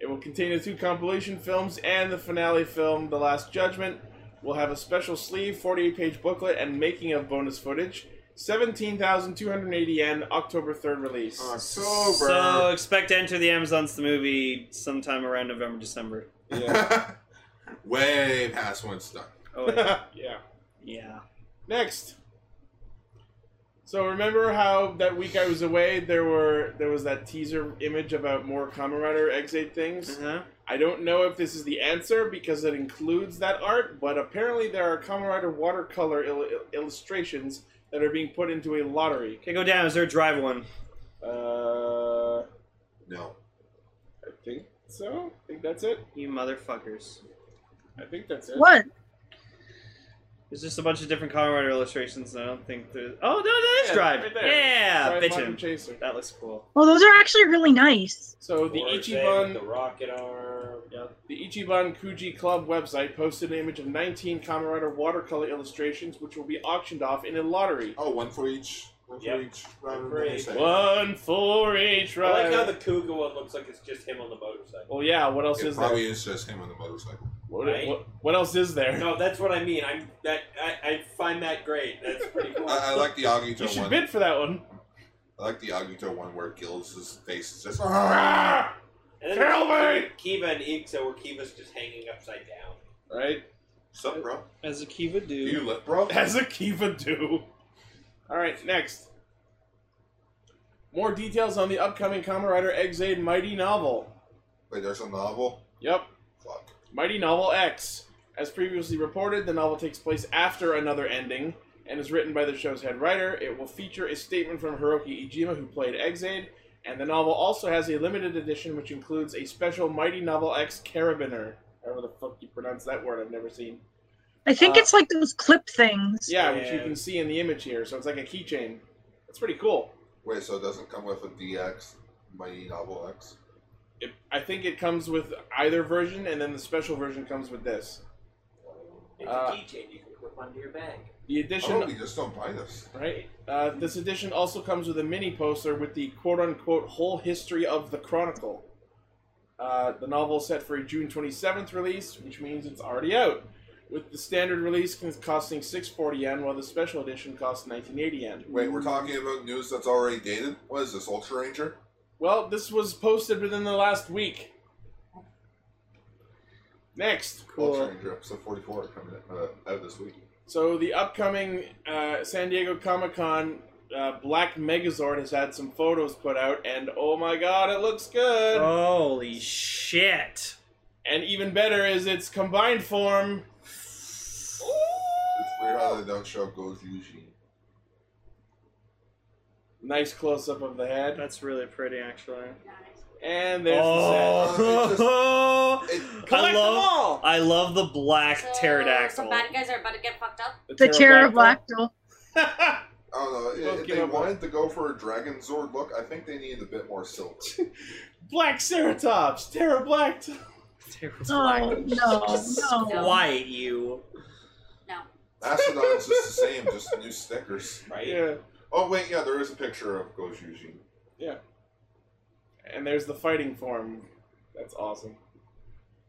B: It will contain the two compilation films and the finale film, The Last Judgment. We'll have a special sleeve, 48 page booklet, and making of bonus footage. 17,280 yen, October 3rd release.
C: October.
D: So expect to enter the Amazons the movie sometime around November, December.
B: Yeah.
C: *laughs* Way past when it's done.
D: Oh wait. *laughs*
B: yeah. *laughs*
D: yeah.
B: Next. So remember how that week I was away, there were there was that teaser image about more Kamen Rider X8 things.
D: Uh-huh.
B: I don't know if this is the answer because it includes that art, but apparently there are Kamen Rider watercolor il- il- illustrations that are being put into a lottery.
D: Okay, go down. Is there a drive one?
B: Uh, I
C: No.
B: think so. I think that's it.
D: You motherfuckers.
B: I think that's it.
E: What?
D: There's just a bunch of different Kamen Rider illustrations, and I don't think there's. Oh no, that is
B: Yeah,
D: drive.
B: right there.
D: Yeah,
B: Drive Modern
D: bitchin'.
B: Chaser.
D: That looks cool.
E: Well, those are actually really nice.
B: So the
F: Or say
B: Ichiban
F: with the rocket arm.
B: The Ichiban Kuji Club website posted an image of 19 Kamen Rider watercolor illustrations, which will be auctioned off in a lottery.
C: Oh, one for each. One for
F: Yep.
C: each. Robin,
F: One
C: what
F: for
C: do you
F: each.
C: say?
B: One for each
F: I like
B: rider.
F: how the Kuga one looks like it's just him on the motorcycle.
B: well, yeah. What else
C: It
B: is
C: probably
B: there?
C: is just him on the motorcycle.
B: What,
F: Right?
B: what, what else is there?
F: No, that's what I mean. I'm that I, I find that great. That's pretty
C: *laughs*
F: cool.
C: I, I like the Agito
B: you should
C: one.
B: bid for that
F: *laughs*
B: one.
C: I like the Agito one where Gills' face is just.
B: Ah!
F: and then
B: Kill
F: there's
B: me!
F: Kiva and Inksa, where Kiva's just hanging upside down.
B: Right?
C: What's up, bro?
D: As a Kiva
C: Do
D: dude.
C: you lit, bro?
B: As a Kiva do. Alright, next. More details on the upcoming Kamen Rider X8 Mighty Novel.
C: Wait, there's a novel?
B: Yep.
C: Fuck.
B: Mighty Novel X. As previously reported, the novel takes place after another ending and is written by the show's head writer. It will feature a statement from Hiroki Ijima, who played Exade, and the novel also has a limited edition which includes a special Mighty Novel X carabiner. However the fuck you pronounce that word, I've never seen.
E: I think
B: Uh,
E: it's like those clip things.
B: Yeah, which you
D: Yeah.
B: can see in the image here. So it's like a keychain. It's pretty cool.
C: Wait, so it doesn't come with a DX, Mighty Novel X?
B: It, I think it comes with either version, and then the special version comes with this.
F: It's
B: Uh,
F: a keychain you can clip onto your bag.
B: The
C: I
B: edition
C: hope we just don't buy this.
B: Right. Uh, this edition also comes with a mini poster with the quote unquote whole history of the Chronicle. Uh, the novel is set for a June 27th release, which means it's already out. With the standard release cons- costing 640 yen, while the special edition costs 1980 yen.
C: Wait, we're talking about news that's already dated? What is this, Ultra Ranger?
B: Well, this was posted within the last week. Next.
C: Ultra Ranger episode 44 coming uh, out this week.
B: So the upcoming uh, San Diego Comic Con uh, Black Megazord has had some photos put out, and oh my god, it looks good.
D: Holy shit.
B: And even better is its combined form.
C: It's weird how they don't show Gojuji.
B: Nice close up of the head.
D: That's really pretty, actually.
B: And there's the set.
D: Oh,
C: Uh,
B: *laughs*
C: It-
D: I
B: Collect them
D: love,
B: all!
D: I love the black
A: Some
D: pterodactyl.
A: bad guys are about to get fucked up.
E: the pterodactyl.
B: pterodactyl.
C: I don't know.
B: Well,
C: If, if
B: give
C: they
B: up
C: wanted to go for a Dragon Zord look, I think they needed a bit more silver.
B: Black Ceratops! Terra Black!
E: Oh
D: Pterodactyl.
E: no, no.
D: Quiet you.
A: No.
C: Mastodon's just the same, just new stickers.
F: Right?
B: Yeah.
C: Oh, wait, yeah, there is a picture of Gojuji.
B: And there's the fighting form. That's awesome.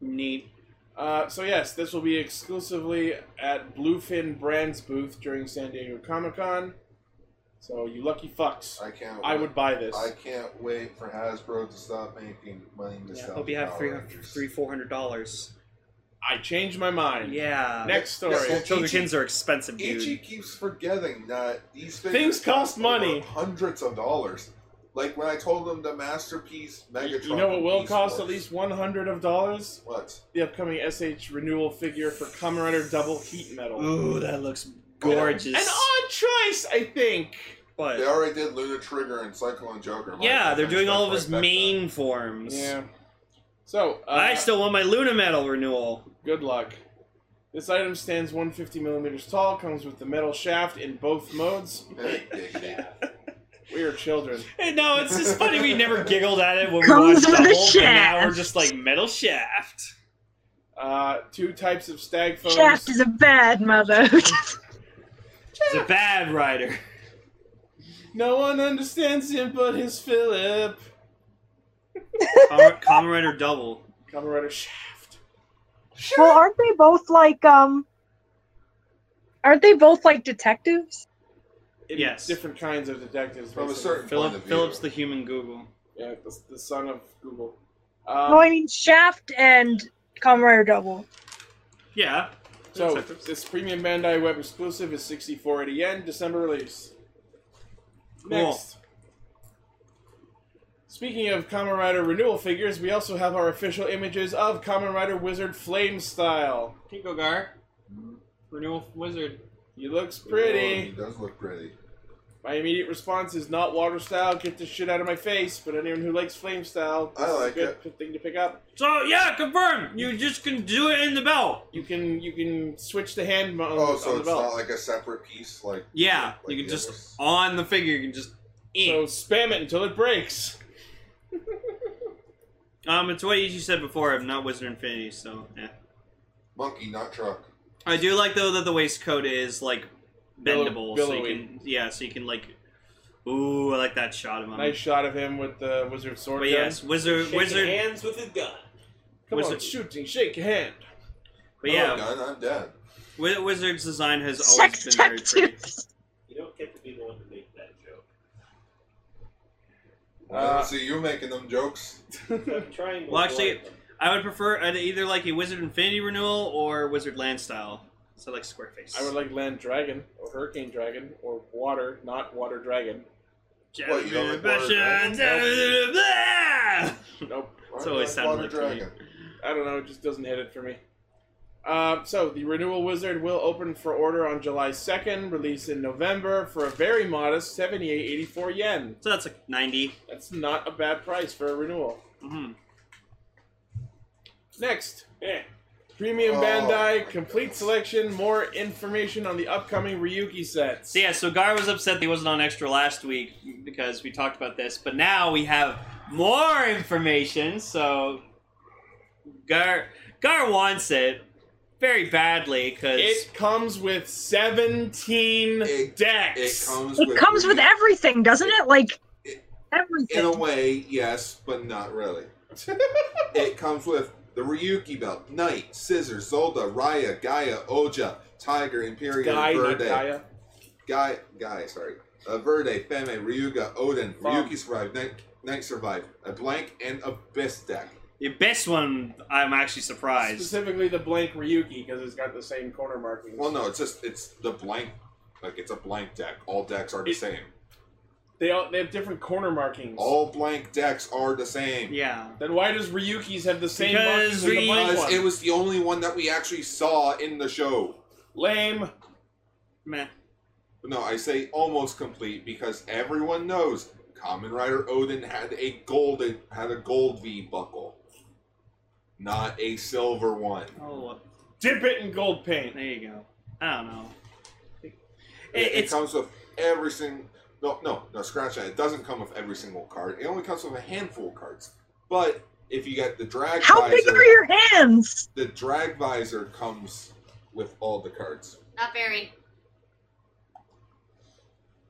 D: Neat.
B: Uh, so yes, this will be exclusively at Bluefin Brands booth during San Diego Comic Con. So you lucky fucks!
C: I can't.
B: I would buy this.
C: I can't wait for Hasbro to stop making money. To
D: Yeah,
C: sell
D: hope you have
C: Power
D: three,
C: Rangers.
D: three, four hundred dollars.
B: I changed my mind.
D: Yeah.
B: Next story.
C: Yes,
D: Children's kins are expensive, dude.
C: Ichi keeps forgetting that these figures
B: Things cost money.
C: were hundreds of dollars. Like when I told him the masterpiece Megatron.
B: You know what will
C: Beast
B: cost
C: Wars.
B: at least one hundred of dollars?
C: what?
B: The upcoming SH renewal figure for Kamen Rider Double Heat Metal.
D: Ooh, that looks gorgeous.
B: An odd choice, I think.
D: But-
C: They already did Luna Trigger and Cyclone Joker. I'm
D: yeah,
C: like,
D: they're
C: I
D: doing all of
C: expect
D: his
C: that.
D: main forms.
B: Yeah. So uh,
D: I still want my Luna Metal renewal.
B: Good luck. This item stands 150 millimeters tall. Comes with the metal shaft in both modes.
C: Hey, diggity.
D: *laughs*
B: We are children.
D: Hey, No, it's just funny we never giggled at it when
E: Comes
D: we watched
E: with a
D: the whole, but now we're
E: shaft.
D: just like metal shaft.
B: Uh, two types of stag foams.
E: Shaft is a bad mother. *laughs*
D: It's a bad rider.
B: No one understands him but his Philip.
D: Kamen Kamen Rider Double.
B: Kamen Rider Shaft.
E: Well, aren't they both like um? Aren't they both like detectives?
B: In
D: Yes.
B: Different kinds of detectives.
C: From a
B: basically.
C: certain point
D: Philip
C: of view.
D: Philip's the human Google.
B: Yeah, the, the son of Google.
E: well, I
B: Um,
E: mean Shaft and Comrade Double.
D: Yeah.
B: so
D: Detectives.
B: this premium Bandai web exclusive is 6480 yen, December release. Next. Speaking of Kamen Rider renewal figures, we also have our official images of Kamen Rider Wizard Flame Style.
D: Tinkogar. Renewal Wizard.
B: He looks
C: Oh,
B: pretty.
C: he does look pretty.
B: My immediate response is not water style, get this shit out of my face. But anyone who likes flame style,
C: I
B: this is a
C: like
B: good
C: it.
B: good thing to pick up.
D: So yeah, confirm. You just can do it in the belt.
B: You can you can switch the hand on,
C: Oh,
B: on
C: so
B: the
C: it's
B: belt.
C: not like a separate piece, like
D: Yeah,
C: Like
D: you can
C: the
D: just
C: others.
D: on the figure. You can just.
B: so
D: Eh.
B: spam it until it breaks.
D: um, it's what you said before. I'm not Wizard Infinity, so yeah.
C: monkey, not truck.
D: I do like though that the waistcoat is like
B: Billow-
D: bendable, so you
B: billowy.
D: can yeah, so you can like. Ooh, I like that shot
C: Uh-huh.
D: of him.
B: Nice shot of him with the wizard sword.
D: But
B: gun.
D: yes, wizard,
F: Shaking
D: wizard.
F: hands with his gun.
B: come on,
D: wizard-
B: shooting, shake *laughs* hand.
D: But
C: Oh,
D: yeah,
C: gun, I'm dead.
D: wi- wizard's design has always been very pretty.
E: Detectives.
F: You don't get to be the one to make that joke.
C: I
B: Uh,
C: don't see you making them jokes.
F: I'm trying to
D: Well,
F: avoid
D: actually-
F: them.
D: I would prefer I'd either like a wizard infinity renewal or wizard land style. So I like Squareface.
B: I would like land dragon or hurricane dragon or water, not water dragon.
C: What, you don't like water
B: Nope,
C: Why
D: It's
C: do you
D: always
C: like
D: sounded
C: water
D: like to me.
C: dragon.
B: I don't know. It just doesn't hit it for me. Uh, so the renewal wizard will open for order on July second, release in November for a very modest seventy-eight eighty-four yen.
D: *laughs* So that's like ninety.
B: That's not a bad price for a renewal.
D: Mm-hmm.
B: Next,
F: Eh,
B: Premium
C: Oh, my
B: Bandai complete
C: goodness.
B: selection. More information on the upcoming Ryuki sets.
D: So yeah, so Gar was upset that he wasn't on extra last week because we talked about this, but now we have more information. So Gar Gar wants it very badly because
B: It comes with seventeen
C: It- It
B: decks.
C: comes.
E: It
C: with
E: comes with everything, doesn't it? Like
C: It- In a
E: everything.
C: way, yes, but not
B: *laughs*
C: really. it comes with the Ryuki belt, Knight, Scissors, Zolda, Raya, Gaia, Oja, Tiger, Imperium,
B: Guy, not
C: Verde,
B: Gaia.
C: Guy, Guy, sorry, uh, Verde, Femme, Ryuga, Odin,
B: Bomb.
C: Ryuki survived, Knight, Knight survived, a blank and abyss deck.
D: your best one, I'm actually surprised.
B: Specifically, the blank Ryuki because it's got the same corner markings.
C: Well, no, it's just it's the blank, like it's a blank deck. All decks are the
B: It-
C: same.
B: They all, they have different corner markings.
C: All blank decks are the same.
D: Yeah.
B: Then why does Ryuki's have the same
D: Because
B: markings as the
D: Ryu-
B: blank
C: Because
B: one?
C: it was the only one that we actually saw in the show.
B: Lame.
D: Meh.
C: No, I say almost complete because everyone knows Common Rider Odin had a golden had a gold V buckle, not a silver one.
D: Oh, well,
B: Dip it in gold paint.
D: there you go. I don't know.
C: It, it
D: it's-
C: comes with every single no no no scratch that. It doesn't come with every single card. It only comes with a handful of cards. But if you get the drag
E: How big
C: visor,
E: are your hands?
C: the drag visor comes with all the cards.
A: Not very.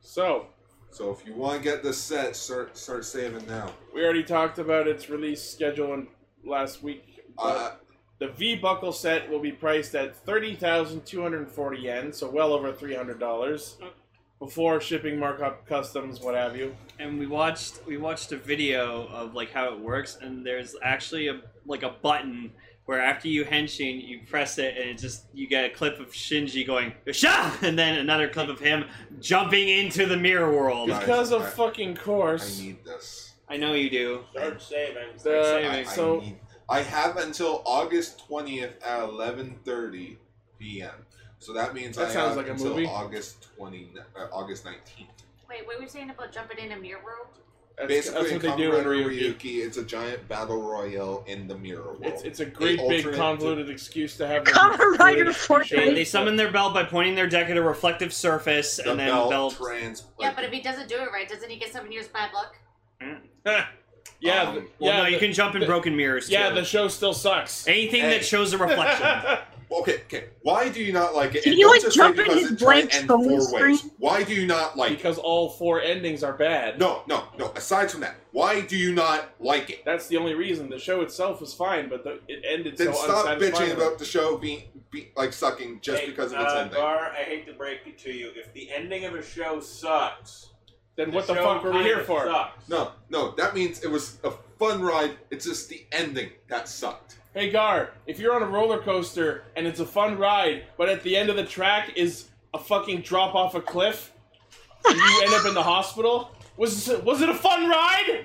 B: So
C: So if you want to get this set, start start saving now.
B: we already talked about its release schedule in, last week. but-
C: Uh,
B: The V buckle set will be priced at thirty thousand two hundred forty yen, so well over three hundred dollars, before shipping, markup, customs, what have you.
D: and we watched we watched a video of like how it works and there's actually a like a button where after you henshin you press it and it just you get a clip of shinji going sha *laughs* and then another clip of him jumping into the mirror world
C: Oh, Nice.
B: Because of
C: I-
B: fucking
C: I
B: course,
C: need this.
D: i know you do
F: start saving.
B: The-
D: saving.
C: I,
B: So-
C: I, need, I have until August 20th at 11:30 p.m. So that means
B: That
C: I
B: sounds
C: have
B: like a
C: until
B: movie.
C: August 20 uh, August 19th.
A: Wait, what were you saying about jumping in a mirror world?
B: that's,
C: Basically,
B: that's what they
C: in
B: do in
C: Kamen Rider
B: Ryuki.
C: Ryuki, it's a giant battle royale in the mirror world.
B: It's, it's a great
C: They
B: big
C: alternate
B: convoluted excuse to have them
E: Kamen Rider
B: create
E: Fortnite.
B: shades,
D: they, they summon their belt by pointing their deck at a reflective surface
C: the
D: and then
C: belt
D: belt
C: trans.
A: yeah, but if he doesn't do it right, doesn't he get seven years bad luck?
B: but- Yeah,
C: Um,
B: the-
D: Well,
B: yeah,
D: no, you
B: the-
D: can jump in broken mirrors.
B: yeah.
D: too.
B: The show still sucks.
D: anything
C: Hey.
D: that shows a reflection.
C: *laughs* Okay, okay. Why do you not like it?
E: Can
C: And
E: you,
C: don't
E: like,
C: just
E: jump
C: say
E: in
C: because
E: his
C: it tried
E: blank
C: and
E: phone
C: four
E: screen?
C: ways. Why do you not like it?
B: *laughs* because all four endings are bad.
C: No, no, no. Aside from that, why do you not like it?
B: That's the only reason. The show itself was fine, but the, it ended so
C: Then stop
B: unsatisfyingly.
C: bitching about the show being be, like sucking just
F: Hey,
C: because of its
F: uh,
C: ending.
F: Gar, I hate to break it to you. If the ending of a show sucks,
B: then what the
F: show
B: fuck were we
F: kinda
B: here for?
F: Sucks.
C: No, no. That means it was a fun ride. It's just the ending that sucked.
B: Hey Gar, if you're on a roller coaster and it's a fun ride, but at the end of the track is a fucking drop off a cliff, and you end up in the hospital. Was was it a fun ride?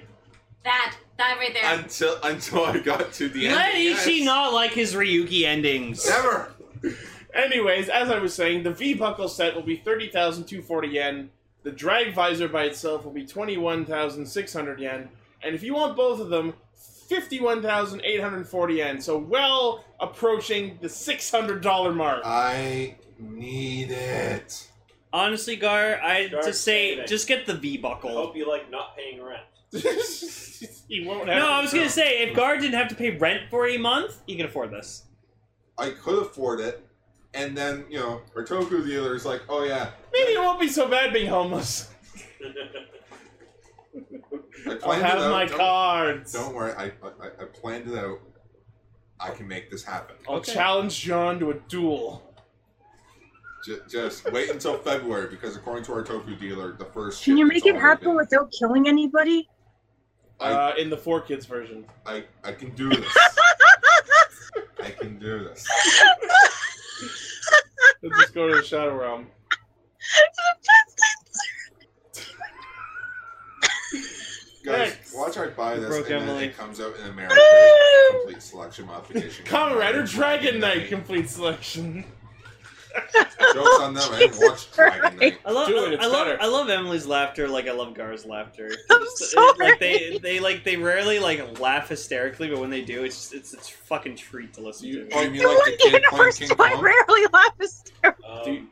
A: That that right there.
C: Until until I got to the
D: Let
C: ending. yes.
D: Ichi not like his Ryuki endings.
C: Never.
B: Anyways, as I was saying, the V buckle set will be thirty thousand two forty yen. The drag visor by itself will be twenty one thousand six hundred yen, and if you want both of them, fifty one thousand eight hundred forty yen. So well approaching the six hundred dollar mark.
C: Uh, I need it.
D: Honestly, Gar, I
F: Gar,
D: just say
F: saving.
D: just get the V
F: I
D: buckle.
F: hope you like not paying rent.
B: *laughs*
F: *laughs*
B: he won't have.
D: No, I was gonna
B: say.
D: say if Gar didn't have to pay rent for a month, you can afford this.
C: I could afford it, and then you know, our Toku dealer is like, oh yeah,
B: Maybe it won't be so bad being homeless.
F: Um,
C: I
B: I'll
C: planned it
B: have
C: out.
B: my
C: Don't-
B: cards.
C: Don't worry, I, I I planned it out. I can make this happen.
B: I'll
D: Okay.
B: challenge John to a duel.
C: J- just wait until February because according to our tofu dealer, the first.
E: Can you
C: shipment's
E: make it
C: already
E: happen
C: been-
E: without killing *laughs* anybody?
C: I,
B: Uh, in the four kids version.
C: I I can do
E: *laughs*
C: this. I can do this.
B: Let's just go to the Shadow Realm.
C: Guys,
B: Next.
C: watch I buy this
D: Broke
C: and then
D: Emily.
C: it comes out in America. complete selection modification.
B: Kamen Rider Dragon Knight complete selection.
C: Jokes on them. I didn't watch Dragon Knight.
D: I love,
B: Do it, it's
D: I love,
B: better.
D: I love Emily's laughter. Like I love Gar's
E: *laughs*
D: laughter.
E: I'm
D: Just,
E: sorry.
D: Like they, they like they rarely like laugh hysterically, but when they do, it's just, it's it's a fucking treat to listen
C: You,
D: to.
C: oh, you mean
E: No
C: like
E: one
C: the kid playing
E: universe
C: King
E: do I
C: Kong?
E: rarely laugh hysterically.
B: Do
F: Um,
B: you,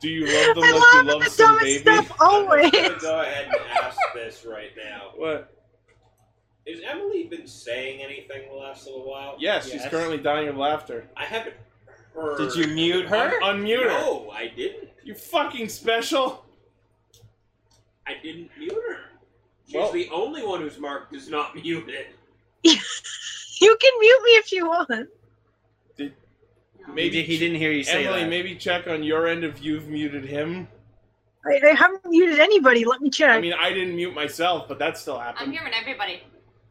B: do you love them
E: I
B: like you
E: laugh
B: love
E: at the
B: some
E: dumbest
B: baby? *laughs*
E: stuff always.
F: I'm just gonna go ahead and ask this right now.
B: What?
F: Has Emily been saying anything the last little while?
B: Yes, she's
D: Yes.
B: currently dying of laughter.
F: I haven't heard.
D: Did you mute her?
B: Unmute her.
F: No, I didn't.
B: You fucking special.
F: I didn't mute her. She's
B: Well-
F: the only one who's marked as not *laughs* muted.
E: You can mute me if you want.
A: No.
B: Maybe
D: he, did, he didn't hear you say
B: Emily,
D: that.
B: maybe check on your end if you've muted him.
E: I, I haven't muted anybody. Let me check.
B: I mean, I didn't mute myself, but that still happened.
A: I'm hearing everybody.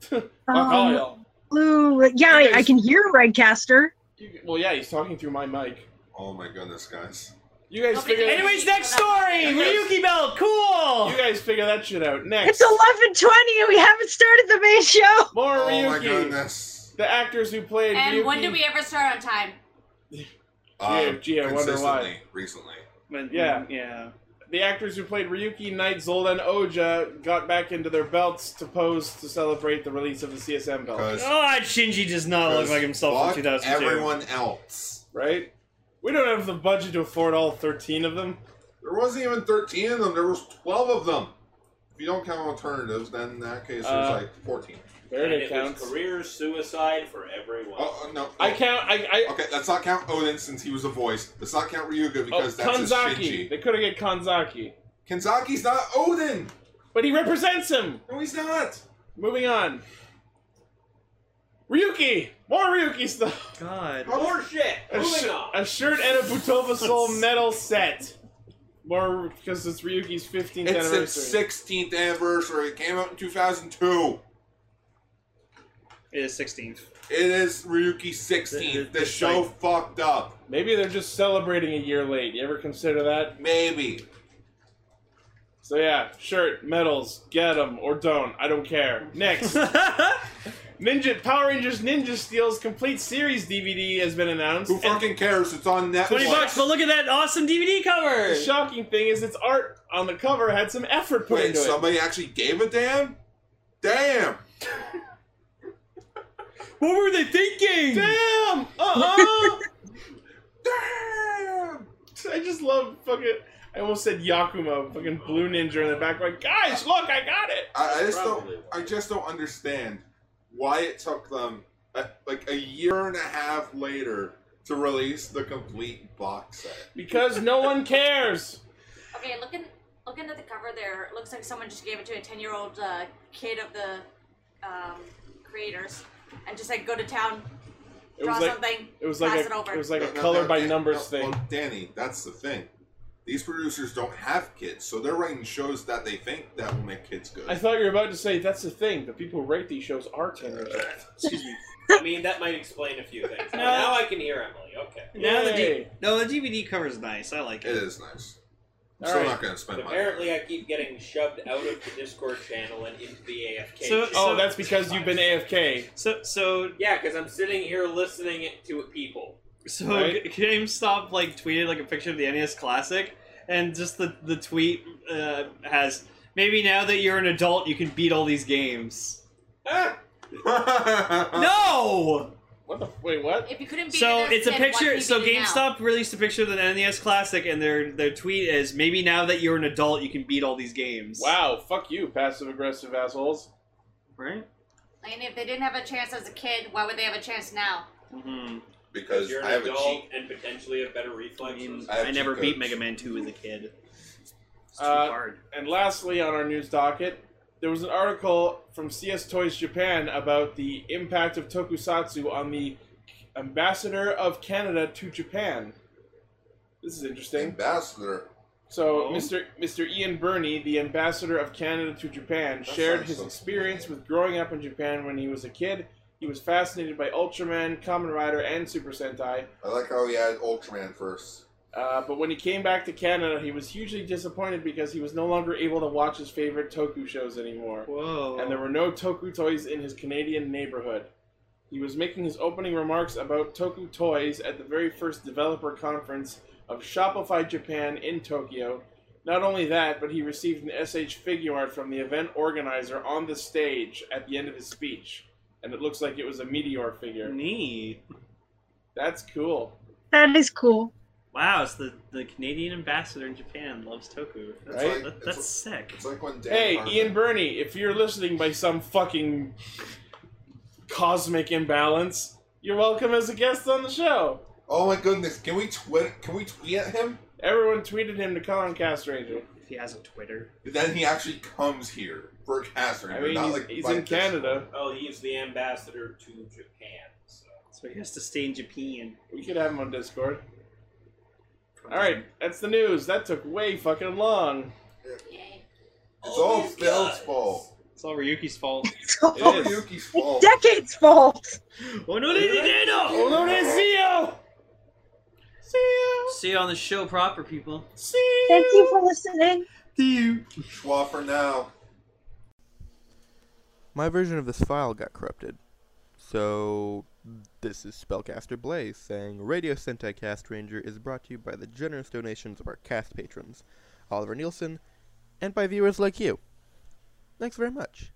B: Fuck all
E: Um,
B: y'all.
E: Blue. Yeah, I, I can hear Redcaster.
B: You, well, yeah, he's talking through my mic.
C: Oh my goodness, guys.
B: You guys
A: Nobody
B: figure.
A: can-
D: Anyways, next story. Ryuki Bell, cool.
B: You guys figure that shit out next.
E: It's eleven twenty, and we haven't started the main show.
B: More
C: Oh my
B: Ryuki.
C: goodness.
B: the actors who played
A: And
B: Ryuki.
A: when do we ever start on time?
C: Um,
B: gee, I wonder
C: consistently,
B: why.
C: recently.
D: But-
B: Yeah.
D: yeah.
B: The actors who played Ryuki, Knight, Zolda, and Oja got back into their belts to pose to celebrate the release of the CSM belt.
C: Because
D: God, Oh, Shinji does not look like himself
C: fuck
D: in 2002.
C: Everyone else.
B: Right? We don't have the budget to afford all 13 of them.
C: There wasn't even 13 of them. There was 12 of them. If you don't count alternatives, then in that case, there's
B: Uh,
C: like 14.
F: And
B: Faraday
F: it
B: counts.
F: was career suicide for everyone.
C: Oh, oh, no.
B: I count. I. I
C: Okay, let's not count Odin since he was a voice. Let's not count Ryuga
B: oh,
C: because that's his
B: Kanzaki.
C: Shinji.
B: They could have get Kanzaki.
C: Kenzaki's not Odin.
B: But he represents him!
C: No, he's not.
B: Moving on. Ryuki! More Ryuki stuff!
D: God.
F: More shit.
B: A,
F: Moving
B: sh-
F: on.
B: a shirt and a
C: *laughs*
B: Butova Soul medal set. More because it's Ryuki's 15th
C: It's
B: anniversary.
C: its 16th anniversary. It came out in 2002.
D: It is 16th.
C: It is Ryuki's 16th.
D: It-
C: The
D: it's
C: show fucked up.
B: Maybe they're just celebrating a year late. You ever consider that?
C: Maybe.
B: So yeah, shirt, medals, get them or don't. I don't care.
D: *laughs*
B: Next, Ninja Power Rangers Ninja Steel's complete series DVD has been announced.
C: Who
B: and
C: fucking cares? It's on Netflix.
D: 20 bucks, but look at that awesome DVD cover.
B: the shocking thing is, its art on the cover had some effort put
C: Wait,
B: into it.
C: somebody actually gave a damn? Damn.
D: What were they thinking?
B: Damn! Uh uh
C: Uh-huh.
B: *laughs*
C: Damn.
B: I just love fucking. I almost said Yakuma, fucking blue ninja in the back. Like, guys, look, I got it.
C: I, I just don't.
F: Probably.
C: I just don't understand why it took them uh, like a year and a half later to release the complete box set.
B: Because no one cares.
A: Okay, looking looking at the cover there, it looks like someone just gave it to a ten year old uh, kid of the um, creators and just said, "Go to town,
B: It
A: draw
B: was like
A: something."
B: it was like
A: pass
B: a
A: it over.
B: it was like a
C: No, no,
B: color
C: no,
B: by
C: Dan-
B: numbers
C: no,
B: thing.
C: well, Danny, that's the thing. These producers don't have kids, so they're writing shows that they think that will make kids good.
B: I thought you were about to say that's the thing. The people who rate these shows are teenagers.
C: *laughs*
D: Excuse me.
F: I mean, that might explain a few things.
D: No.
F: Now I can hear Emily. Okay.
D: Now the
B: *laughs*
D: D-
B: Yay.
D: no, the DVD cover's nice. I like
C: it
D: it.
C: is nice. I'm
B: All
C: still
B: right.
C: not going to spend money. *laughs*
F: Apparently, I keep getting shoved out of the Discord channel and into the AFK.
D: So-
F: channel.
B: Oh, that's because you've been AFK.
D: So, so,
F: Yeah, because I'm sitting here listening to people.
D: so
B: Right?
D: G- GameStop like tweeted like a picture of the NES Classic, and just the the tweet uh, has maybe now that you're an adult, you can beat all these games.
F: Ah!
B: Uh,
D: no.
B: What the wait? What?
A: If you couldn't be
D: So
A: there,
D: it's a
A: then why can't
D: picture.
A: you
D: So
A: be there now?
D: GameStop released a picture of the NES Classic, and their their tweet is maybe now that you're an adult, you can beat all these games.
B: Wow, fuck you, passive aggressive assholes.
D: Right.
A: And if they didn't have a chance as a kid, why would they have a chance now?
D: hmm
C: because
F: you're an
C: I have a
F: adult
C: cheat.
F: and potentially have better
D: I,
F: reflexes.
D: mean,
C: I have
D: I never
C: cheat
D: beat
C: codes.
D: Mega Man Two as a kid. It's too
B: Uh,
D: hard.
B: And lastly, on our news docket, there was an article from CS Toys Japan about the impact of tokusatsu on the ambassador of Canada to Japan. This is interesting.
C: Ambassador.
B: So,
D: Oh.
B: Mr. Mr. Ian Burney, the ambassador of Canada to Japan,
C: That
B: shared
C: sounds
B: his
C: so
B: experience
C: familiar.
B: with growing up in Japan when he was a kid. He was fascinated by Ultraman, Kamen Rider, and Super Sentai.
C: I like how he had Ultraman first.
B: Uh, but when he came back to Canada, he was hugely disappointed because he was no longer able to watch his favorite toku shows anymore.
D: Whoa.
B: and there were no Toku toys in his Canadian neighborhood. He was making his opening remarks about Toku toys at the very first developer conference of Shopify Japan in Tokyo. Not only that, but he received an SH figure art from the event organizer on the stage at the end of his speech. And it looks like it was a meteor figure.
D: Neat.
B: That's cool.
E: That is cool.
D: Wow, it's the, the Canadian ambassador in Japan loves toku. That's,
B: Right?
D: that-
C: It's
D: that's
C: like-
D: sick.
C: It's like when Dan
B: Hey,
C: Harmon-
B: Ian Burney, if you're listening by some fucking cosmic imbalance, you're welcome as a guest on the show.
C: Oh my goodness! Can we tweet? Can we tweet at him?
B: Everyone tweeted him to Comcast Ranger.
D: If he has a Twitter.
C: Then he actually comes here for a cast
B: I
C: ranger,
B: mean,
C: not
B: he's,
C: like
B: he's
C: by
B: in
C: Discord.
B: Canada.
F: Oh, he's the ambassador to Japan. So.
D: So he has to stay in Japan.
B: We could have him on Discord. All right, that's the news. That took way fucking long.
A: Yay.
C: It's all
F: these
C: Phil's
F: guys.
C: fault.
D: It's all Ryuki's fault.
E: So,
B: It
C: It's all
B: is.
C: Yuki's
E: it's
C: fault.
E: decades fault.
D: *laughs* oh no, no, no, no!
B: Oh no, that's Zio. Zio.
D: See you on the show proper, people.
B: Zio.
E: Thank you for listening.
D: See you.
C: Schwa for now.
G: my version of this file got corrupted. So, this is Spellcaster Blaze saying Radio Sentai Cast Ranger is brought to you by the generous donations of our cast patrons, Oliver Nielsen, and by viewers like you. Thanks very much.